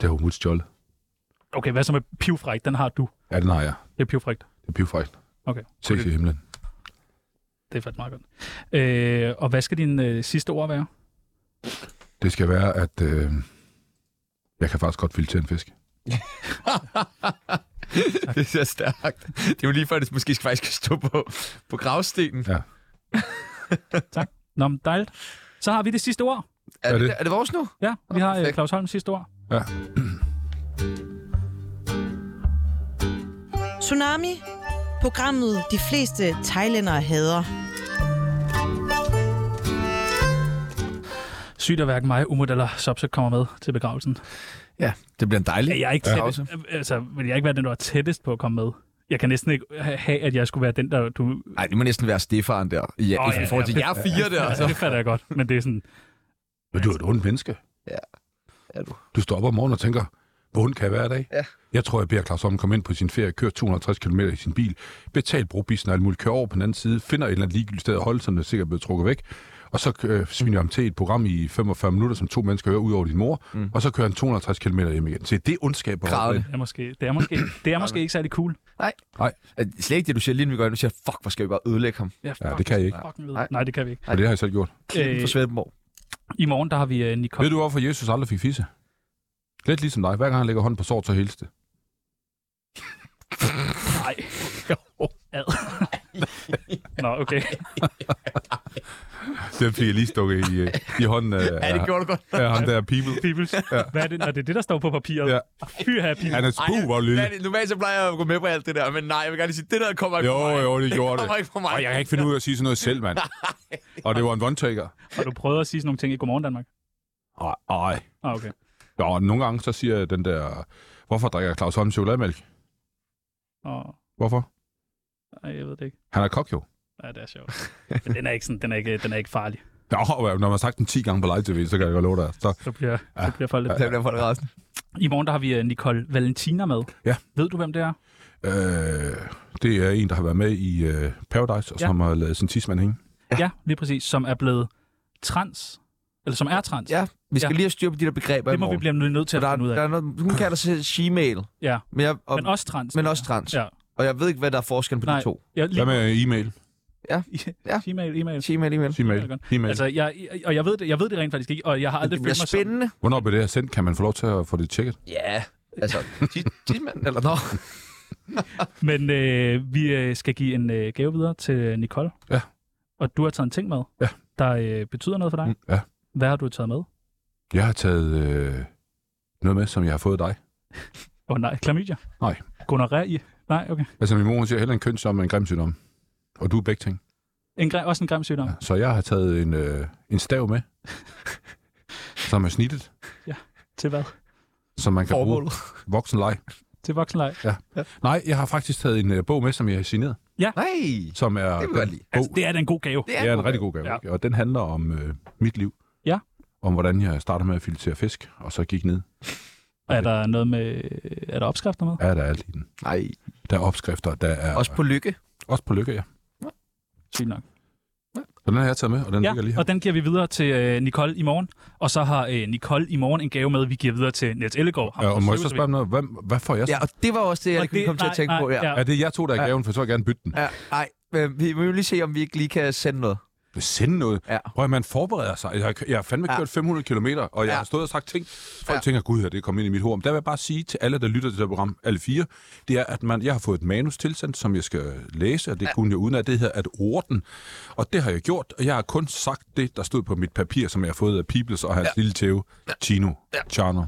Speaker 4: Det er Humut Stjold.
Speaker 2: Okay, hvad så med pivfræk? Den har du.
Speaker 4: Ja, den har jeg.
Speaker 2: Det er pivfrækt.
Speaker 4: Det er pivfrækt.
Speaker 2: Okay.
Speaker 4: Ses i himlen.
Speaker 2: Det er faktisk meget godt. Øh, og hvad skal dine øh, sidste ord være?
Speaker 4: Det skal være, at øh, jeg kan faktisk godt filde til en fisk.
Speaker 1: Det er så stærkt. Det er jo lige før, det måske faktisk skal stå på, på gravstenen.
Speaker 2: Nå, men dejligt. Så har vi det sidste ord.
Speaker 1: Er,
Speaker 4: Er
Speaker 1: er,
Speaker 4: det-
Speaker 1: det? er det vores nu?
Speaker 2: Ja, vi har øh,
Speaker 1: perfekt.
Speaker 2: Claus Holm sidste ord.
Speaker 4: Ja.
Speaker 5: Tsunami. Programmet, de fleste thailændere hader.
Speaker 2: Sygt at hverken mig, Umut eller Sobsek kommer med til begravelsen.
Speaker 1: Ja, det bliver en dejlig.
Speaker 2: Jeg er ikke
Speaker 1: Ja.
Speaker 2: tæt, altså, vil jeg ikke være den, der var tættest på at komme med? Jeg kan næsten ikke ha- have, at jeg skulle være den, der... Du...
Speaker 1: Nej, det må næsten være stefaren der. Ja,
Speaker 2: Åh,
Speaker 1: oh,
Speaker 2: ja,
Speaker 1: i forhold til
Speaker 2: ja,
Speaker 1: jer fire der.
Speaker 2: Altså,
Speaker 1: Så.
Speaker 2: det fatter jeg godt, men det er sådan...
Speaker 4: Men du er et ondt menneske.
Speaker 1: Er du?
Speaker 4: Du står op om morgenen og tænker, hvor ondt kan jeg være i dag?
Speaker 1: Ja.
Speaker 4: Jeg tror, jeg beder Claus om at komme ind på sin ferie, kører 260 km i sin bil, betalt brugbissen og alt muligt, kører over på den anden side, finder et eller andet ligegyldigt sted at holde, som er sikkert blevet trukket væk, og så øh, sviner jeg ham til et program i 45 minutter, som to mennesker hører ud over din mor, mm. og så kører han 260 km hjem igen. Se, det er ondskab. på
Speaker 1: Grædende.
Speaker 2: Det er måske, det er måske, det er måske ikke særlig cool.
Speaker 1: Nej.
Speaker 4: Nej.
Speaker 1: Er det Slet ikke det, du siger lige nu, vi gør det. Du siger, fuck, hvor skal vi bare ødelægge ham?
Speaker 2: Ja,
Speaker 4: det kan jeg ikke.
Speaker 2: Fucking ved.
Speaker 1: Nej.
Speaker 2: Nej, det kan vi ikke.
Speaker 4: Og det har jeg selv gjort.
Speaker 1: Klippen
Speaker 2: Øh,
Speaker 1: for Svendborg.
Speaker 2: I morgen, der har vi øh,
Speaker 4: Kom.
Speaker 2: Nicole.
Speaker 4: Ved du, hvorfor Jesus aldrig fik fisse? Lidt ligesom dig. Hver gang han lægger hånden på sort, så hilste det.
Speaker 2: Nej. Ad. Nå, okay.
Speaker 4: Den fik jeg lige stukket i, øh, i hånden af, af,
Speaker 1: gjorde du godt.
Speaker 4: af ham der people.
Speaker 2: Peoples. Hvad er det? Nå, det er det, der står på papiret.
Speaker 4: Ja.
Speaker 2: Fy her,
Speaker 4: Han er spu, hvor lille.
Speaker 1: Normalt så plejer jeg at gå med på alt det der, men nej, jeg vil gerne sige, det der kommer ikke
Speaker 4: Jo,
Speaker 1: fra mig.
Speaker 4: jo, det gjorde
Speaker 1: kommer
Speaker 4: det.
Speaker 1: ikke fra mig.
Speaker 4: Og jeg kan ikke finde ud af at sige sådan noget selv, mand. Og det var en one-taker.
Speaker 2: Har du prøvet at sige sådan nogle ting i Godmorgen Danmark?
Speaker 4: Ej, ej.
Speaker 2: Ah, okay.
Speaker 4: Jo, nogle gange så siger jeg den der, hvorfor drikker Claus Holm chokolademælk?
Speaker 2: Og,
Speaker 4: Hvorfor?
Speaker 2: ej, jeg ved det ikke.
Speaker 4: Han er kok jo.
Speaker 2: Ja, det er sjovt. Men den er ikke, sådan, den er ikke, den er ikke farlig.
Speaker 4: Nå, når man har sagt den 10 gange på live tv, så kan jeg godt love dig. Så,
Speaker 2: Så bliver, så bliver folk lidt...
Speaker 1: Det bliver for det resten.
Speaker 2: I morgen der har vi øh, Nicole Valentina med.
Speaker 4: Ja.
Speaker 2: Ved du, hvem det er?
Speaker 4: øh, det er en, der har været med i øh, Paradise, og
Speaker 2: Ja.
Speaker 4: som har lavet sin tidsmand hænge.
Speaker 2: Ja. ja, lige præcis. Som er blevet trans. Eller som er trans.
Speaker 1: Ja, vi skal
Speaker 2: Ja.
Speaker 1: lige have styr på de der begreber i
Speaker 2: Det må vi
Speaker 1: morgen.
Speaker 2: blive nødt til at
Speaker 1: der, er-
Speaker 2: finde ud
Speaker 1: der
Speaker 2: af.
Speaker 1: er noget, hun kalder sig shemale,
Speaker 2: Ja.
Speaker 1: men, jeg, og,
Speaker 2: Men også trans.
Speaker 1: men også trans.
Speaker 2: Ja.
Speaker 1: Og jeg ved ikke, hvad der er forskellen på
Speaker 2: Nej.
Speaker 1: de to.
Speaker 2: Ja, lige...
Speaker 4: Hvad med e-mail?
Speaker 1: Ja.
Speaker 2: E-mail, e-mail.
Speaker 1: Shemale, e-mail.
Speaker 4: E-mail.
Speaker 2: Det er godt.
Speaker 4: E-mail.
Speaker 2: Altså, jeg, og jeg ved, det, jeg ved det rent faktisk ikke, og jeg har aldrig
Speaker 1: Det bliver
Speaker 2: følt mig sådan.
Speaker 1: spændende.
Speaker 4: Hvornår bliver det her sendt? Kan man få lov til at få det tjekket?
Speaker 1: Ja, altså, tidsmand, eller nå.
Speaker 2: Men øh, vi øh, skal give en øh, gave videre til Nicole.
Speaker 4: Ja.
Speaker 2: Og du har taget en ting med,
Speaker 4: Ja.
Speaker 2: der øh, betyder noget for dig.
Speaker 4: Mm, Ja.
Speaker 2: Hvad har du taget med? Åh
Speaker 4: Jeg har taget øh, noget med, som jeg har fået af dig.
Speaker 2: oh, nej, klamydia.
Speaker 4: Nej.
Speaker 2: Gonorré i. Nej, okay.
Speaker 4: Altså, min mor hun siger hellere en kønssygdom end en grimsygdom. Og du er begge ting.
Speaker 2: En grim, også en grim sygdom.
Speaker 4: Ja.
Speaker 2: Ja.
Speaker 4: Så jeg har taget en, øh, en stav med, som er snittet,
Speaker 2: Til hvad?
Speaker 4: som man kan
Speaker 1: Formålet.
Speaker 4: bruge voksenleg.
Speaker 2: Til voksenleg.
Speaker 4: Nej, jeg har faktisk taget en øh, bog med, som jeg har signeret,
Speaker 1: Nej,
Speaker 4: som er,
Speaker 1: Det vil jeg godt lide.
Speaker 4: bog.
Speaker 2: Altså, det er da en god gave.
Speaker 1: det
Speaker 4: det
Speaker 1: er,
Speaker 4: er en rigtig god gave. Ja. Og den handler om øh, mit liv.
Speaker 2: Ja.
Speaker 4: Om hvordan jeg startede med at filtrere fisk, og så gik ned.
Speaker 2: Er der noget med... Er der opskrifter med?
Speaker 4: Er der alt i den?
Speaker 1: Nej,
Speaker 4: Der er opskrifter, der er
Speaker 1: også på lykke.
Speaker 4: Også på lykke, ja.
Speaker 2: Sygt nok.
Speaker 4: Så den har jeg taget med, og den
Speaker 2: Ja,
Speaker 4: ligger lige her.
Speaker 2: og den giver vi videre til øh, Nicole i morgen. Og så har øh, Nicole i morgen en gave med, vi giver videre til Niels Ellegaard. Ham
Speaker 4: Ja,
Speaker 2: fra
Speaker 4: Øh, og må jeg så
Speaker 2: Cirkusrevyen.
Speaker 4: spørge om noget? Hvad, hvad får jeg så?
Speaker 6: Ja, og det var også det,
Speaker 2: Og
Speaker 6: jeg det, kom til at
Speaker 2: nej,
Speaker 6: tænke
Speaker 2: nej,
Speaker 6: på. Ja. Ja.
Speaker 4: Er det jer to, der er gaven, for så vil jeg gerne bytte den.
Speaker 6: Ja, nej, men vi må jo lige se, om vi ikke lige kan sende noget.
Speaker 4: Vil Sende noget.
Speaker 6: Ja.
Speaker 4: Prøv at man forbereder sig. Jeg har, jeg har fandme
Speaker 6: Ja.
Speaker 4: kørt 500 km, og jeg
Speaker 6: Ja.
Speaker 4: har stået og sagt ting. Folk
Speaker 6: Ja.
Speaker 4: tænker, gud, her, det er kommet ind i mit hoved. Men Der vil jeg bare sige til alle, der lytter til det her program, alle fire, det er, at man, jeg har fået et manus tilsendt, som jeg skal læse, og det kunne jeg uden at det her at orden. Og det har jeg gjort, og jeg har kun sagt det, der stod på mit papir, som jeg har fået af Peoples og hans lille tæve, Tino. Chano.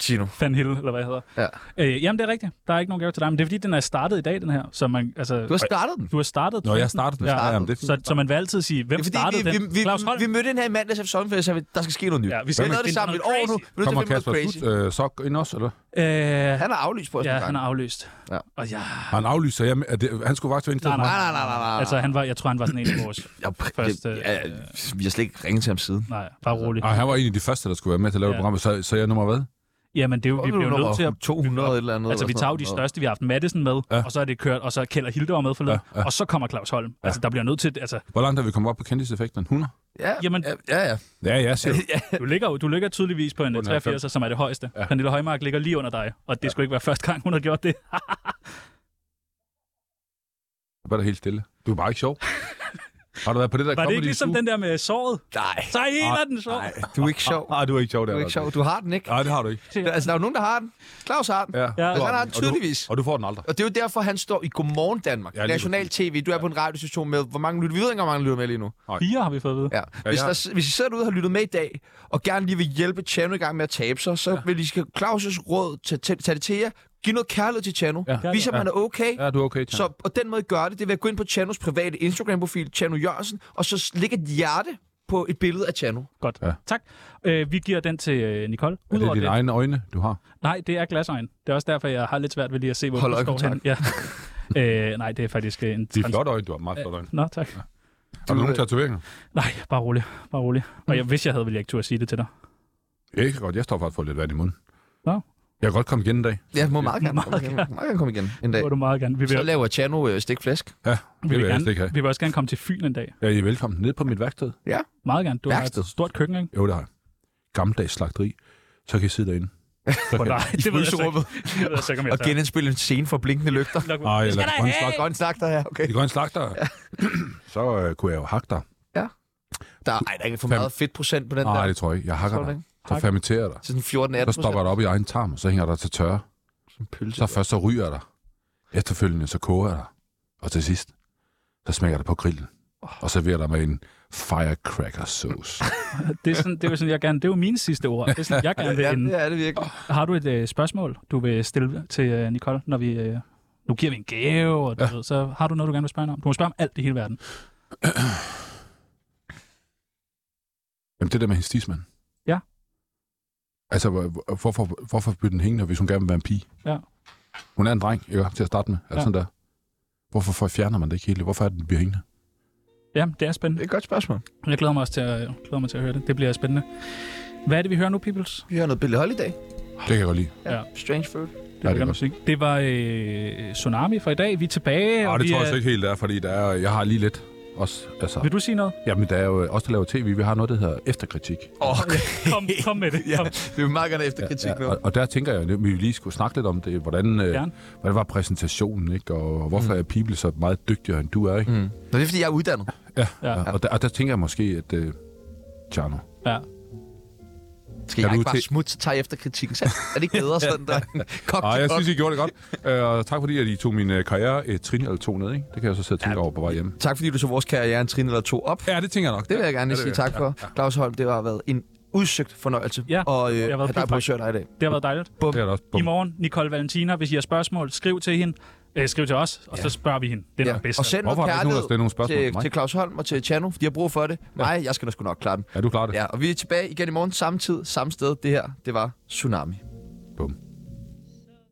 Speaker 6: Chino.
Speaker 2: Fan Hill, eller hvad jeg hedder.
Speaker 6: Ja.
Speaker 2: Øh, jamen, det er rigtigt. Der er ikke nogen gave til dig, men det er fordi, den er startet i dag, den her. Så man, altså,
Speaker 6: Du har startet den.
Speaker 2: du har startet
Speaker 4: Nå, jeg
Speaker 2: den.
Speaker 4: startede den.
Speaker 2: Ja.
Speaker 4: Ja, jamen, det er fint.
Speaker 2: Så, så man vil altid sige, hvem
Speaker 6: Det er
Speaker 2: startede
Speaker 6: fordi, vi,
Speaker 2: den?
Speaker 6: vi, vi,
Speaker 2: Claus
Speaker 6: vi,
Speaker 2: Holm.
Speaker 6: vi mødte den her i mandags efter sommerferien, så vi, der skal ske noget nyt.
Speaker 2: Ja, vi
Speaker 6: vi
Speaker 2: skal
Speaker 6: har lavet det
Speaker 2: finde
Speaker 6: sammen i et
Speaker 2: noget
Speaker 6: år nu.
Speaker 2: crazy.
Speaker 6: Vi er nødt til
Speaker 4: Kommer
Speaker 6: at finde
Speaker 4: Kasper
Speaker 6: noget crazy.
Speaker 4: Sut øh, så ind også, eller?
Speaker 2: Øh,
Speaker 6: Han har aflyst på os
Speaker 2: ja,
Speaker 6: en gang.
Speaker 2: han er aflyst.
Speaker 6: Ja.
Speaker 2: Og ja,
Speaker 4: Han aflyser, jeg, er det, han skulle faktisk være indkaldt.
Speaker 2: Nej,
Speaker 6: Nej, nej, nej, nej,
Speaker 1: Ah.
Speaker 6: nej.
Speaker 2: altså, han var, jeg tror, han var sådan en af vores.
Speaker 6: ja,
Speaker 2: første-
Speaker 6: Ah, det, ja, vi har slet ikke ringet til ham siden.
Speaker 2: Nej, bare rolig.
Speaker 4: Nej, Ah, han var en af de første, der skulle være med til at lave
Speaker 2: Ja.
Speaker 4: ja. programmet, så, så jeg er nummer hvad?
Speaker 2: Jamen, det er jo, vi bliver jo nødt til at...
Speaker 6: 200 et eller andet.
Speaker 2: Altså, vi
Speaker 6: eller
Speaker 2: tager jo de
Speaker 6: sådan
Speaker 2: største, vi har haft Madison med,
Speaker 4: Ja.
Speaker 2: og så er det kørt, og så er Kjeld og Hilde var med forleden,
Speaker 4: Ja, ja.
Speaker 2: og så kommer Claus Holm. Altså, der bliver nødt til... Altså,
Speaker 4: Hvor langt er vi kommet op på kendiseffekten? 100?
Speaker 6: noget.
Speaker 2: Jamen-
Speaker 6: Ja, ja, ja.
Speaker 4: Ja, ja, siger du.
Speaker 2: du ligger, jo- du ligger tydeligvis på en øh,
Speaker 4: Under
Speaker 2: 83, som er det højeste. Ja. Pernille Højmark ligger lige under dig, og det skulle ikke være første gang, hun har gjort det.
Speaker 4: Var der helt stille? Du er bare ikke sjov. Har du været på det der
Speaker 2: Var det
Speaker 4: comedy
Speaker 2: ikke ligesom
Speaker 4: zoo?
Speaker 2: den der med såret?
Speaker 6: Nej,
Speaker 2: Så heler den så.
Speaker 6: nej, du er ikke sjov.
Speaker 4: Nej, du er ikke sjov der.
Speaker 6: Du er ikke sjov. Du har den ikke.
Speaker 4: Nej, det har du ikke.
Speaker 6: Altså, der er jo nogen, der har den. Claus har den.
Speaker 4: Ja.
Speaker 2: Ja.
Speaker 6: Altså, han har den
Speaker 4: Og du-
Speaker 6: tydeligvis.
Speaker 4: Og du får den aldrig.
Speaker 6: Og det er jo derfor, han står i Godmorgen Danmark.
Speaker 4: Ja,
Speaker 6: Ja,
Speaker 4: lige
Speaker 6: National TV. Du er på en radiostation med, hvor mange lytter. Vi ved ikke, engang, hvor mange lytter med lige nu.
Speaker 2: Fire har vi fået at vide.
Speaker 6: Ja. Hvis,
Speaker 4: jeg-
Speaker 6: der, hvis I sidder derude og har lyttet med i dag, og gerne lige vil hjælpe Chano i gang med at tabe sig, så vil I skal Claus' råd til- til- tage det til jer. Giv noget kærlighed til Chano.
Speaker 4: Ja.
Speaker 6: Vis, at
Speaker 4: Ja.
Speaker 6: man er okay.
Speaker 4: Ja, du er okay, Tjern.
Speaker 6: Så, og den måde, I gør det, det er ved at gå ind på Chanos private Instagram-profil, Chano Jørgensen, og så lægge et hjerte på et billede af Chano.
Speaker 2: Godt.
Speaker 4: Ja.
Speaker 2: Tak. Øh, vi giver den til øh, Nicole.
Speaker 4: Er det
Speaker 2: Udover
Speaker 4: dine
Speaker 2: det,
Speaker 4: egne øjne, du har?
Speaker 2: nej, det er glasøjen. Det er også derfor, jeg har lidt svært ved lige at se, hvor
Speaker 6: Hold
Speaker 2: den står hen.
Speaker 6: øjenkontakt.
Speaker 2: Ja. øh, nej, det er faktisk øh, en
Speaker 4: De er
Speaker 2: trans-
Speaker 4: flotte øjne, du har. Meget flotte øjne.
Speaker 2: Nå, tak.
Speaker 4: Har du nogle tatoveringer?
Speaker 2: Nej, bare rolig. Bare rolig. Og jeg, hvis jeg havde, ville jeg ikke turde sige det til dig.
Speaker 4: Ja, ikke godt. Jeg står faktisk for lidt vand i munden.
Speaker 2: Nå.
Speaker 4: Jeg kan godt komme igen en dag.
Speaker 6: Jeg må meget gerne,
Speaker 2: Meget
Speaker 6: meget gerne. Meget gerne komme igen en dag.
Speaker 2: Det må du meget gerne. Vi vil,
Speaker 6: Så laver Chano øh, stikflæsk.
Speaker 4: Ja, det
Speaker 2: vi
Speaker 4: vil
Speaker 2: vil,
Speaker 4: jeg helst ikke
Speaker 2: gerne,
Speaker 4: have.
Speaker 2: vi vil også gerne komme til Fyn en dag.
Speaker 4: Ja, I er velkommen. Ned på mit værksted.
Speaker 2: Meget gerne. Du har
Speaker 6: Værksted.
Speaker 2: et stort køkken, ikke?
Speaker 4: Jo, det har jeg. Gammeldags slagteri. Så kan I sidde derinde.
Speaker 2: Hvor nej, det ved jeg så ikke. Det ved jeg så ikke, om jeg
Speaker 6: og genindspille en scene for blinkende lygter.
Speaker 2: tager.
Speaker 4: Nej, eller
Speaker 2: da
Speaker 4: grøn slagter.
Speaker 6: Godt snak der her, okay.
Speaker 4: I grøn slagter. Så øh, kunne jeg jo hakke dig.
Speaker 6: Der, ej, der er ikke for meget fedtprocent på den
Speaker 4: Nej,
Speaker 6: der.
Speaker 4: det tror jeg ikke. Jeg hakker
Speaker 6: Tror du
Speaker 4: dig.
Speaker 6: ikke?
Speaker 4: Så fermenterer dig.
Speaker 6: Så sådan 14
Speaker 4: Så
Speaker 6: 18
Speaker 4: stopper det op i egen tarm, og så hænger der til tørre.
Speaker 6: pølse.
Speaker 4: Så først så ryger jeg dig. Efterfølgende så koger jeg dig. Og til sidst, så smækker jeg dig på grillen. Og serverer dig med en firecracker sauce.
Speaker 2: Det er, sådan, det er jo sådan, jeg gerne... Det er jo mine sidste ord. Det er sådan, jeg gerne vil
Speaker 6: Ja,
Speaker 2: ende.
Speaker 6: det er det virkelig.
Speaker 2: Har du et øh, spørgsmål, du vil stille til øh, Nicole, når vi... Øh, nu giver vi en gave, og du ja. ved, så har du noget, du gerne vil spørge hende om. Du må spørge om alt i hele verden.
Speaker 4: Jamen det der med hendes tidsmand.
Speaker 2: Ja.
Speaker 4: Altså, hvor- hvor- hvorfor, hvorfor bytte den hængende, hvis hun gerne vil være en pige?
Speaker 2: Ja.
Speaker 4: Hun er en dreng, ikke? Til at starte med. Altså
Speaker 2: Ja.
Speaker 4: ja. sådan der. Hvorfor for- fjerner man det ikke helt? Hvorfor er det, den bliver hængende?
Speaker 2: Ja, det er
Speaker 6: Det
Speaker 2: spændende.
Speaker 6: er et godt spørgsmål.
Speaker 2: Jeg glæder mig også til at, jeg glæder mig til at høre det. Det bliver spændende. Hvad er det, vi hører nu, peoples?
Speaker 6: Vi har noget Billie Holiday.
Speaker 4: Det kan jeg godt lide.
Speaker 2: Ja.
Speaker 6: Strange Food.
Speaker 2: Det,
Speaker 4: Ja,
Speaker 2: ja,
Speaker 4: det er
Speaker 2: det,
Speaker 4: godt.
Speaker 2: musik. det var øh, Tsunami for i dag. Vi er tilbage.
Speaker 4: Ja,
Speaker 2: og
Speaker 4: Ah, det
Speaker 2: vi
Speaker 4: tror
Speaker 2: er...
Speaker 4: jeg så ikke helt, der er, fordi der er, jeg har lige lidt også. Altså,
Speaker 2: Vil du sige noget?
Speaker 4: Jamen, der er jo også, der laver tv. Vi har noget, der hedder efterkritik.
Speaker 6: Åh,
Speaker 2: Kom, kom med det.
Speaker 6: ja,
Speaker 2: Kom.
Speaker 6: vi vil meget gerne efter kritik nu.
Speaker 4: og, og der tænker jeg, at vi lige skulle snakke lidt om det, hvordan, øh,
Speaker 2: Gerne.
Speaker 4: hvordan var præsentationen, ikke? og hvorfor mm. er People så meget dygtigere, end du er. Ikke? Mm.
Speaker 6: Nå, det er fordi, jeg er uddannet.
Speaker 4: Ja.
Speaker 2: Ja.
Speaker 4: Ja. Og, der, og der tænker jeg måske, at øh, Tjerno,
Speaker 2: Ja.
Speaker 6: Skal
Speaker 4: Kan
Speaker 6: jeg
Speaker 4: du
Speaker 6: ikke bare
Speaker 4: til-
Speaker 6: smutte, så tager jeg efter kritikken. selv? Er det ikke bedre sådan der? Kok
Speaker 4: Ej,
Speaker 6: til
Speaker 4: jeg
Speaker 6: kok.
Speaker 4: synes, I gjorde det godt. Øh, Og tak fordi, at I tog min øh, karriere et trin eller to ned. Ikke? Det kan jeg så sidde og tænke over på vej hjemme.
Speaker 6: Tak fordi du så vores karriere en trin eller to op.
Speaker 4: Ja, det tænker jeg nok.
Speaker 6: Det vil jeg gerne
Speaker 4: Ja,
Speaker 6: lige
Speaker 4: det
Speaker 6: sige
Speaker 4: vil jeg.
Speaker 6: tak for. Claus Holm, det har været en udsøgt fornøjelse.
Speaker 2: Ja,
Speaker 6: og øh,
Speaker 2: det har
Speaker 6: have
Speaker 2: været
Speaker 6: dig
Speaker 2: fint,
Speaker 6: på
Speaker 2: tak.
Speaker 6: besøg dig i dag.
Speaker 2: Det har været dejligt.
Speaker 4: Det er der også.
Speaker 2: I morgen, Nicole Valentina. Hvis I har spørgsmål, skriv til hende. Øh, skriv til os, og ja. så spørger vi hende. Det er nok bedst.
Speaker 6: Og send
Speaker 4: Hvorfor
Speaker 6: noget
Speaker 4: har der ikke nogen, der stiller
Speaker 6: kærlighed
Speaker 4: nogle spørgsmål til
Speaker 6: til,
Speaker 4: mig?
Speaker 6: til Claus Holm og til Chano, for de har brug for det. Nej, jeg skal da sgu nok klare dem.
Speaker 4: Ja, du klarer det.
Speaker 6: Ja, og vi er tilbage igen i morgen samme tid, samme sted. Det her, det var Tsunami.
Speaker 4: Bum.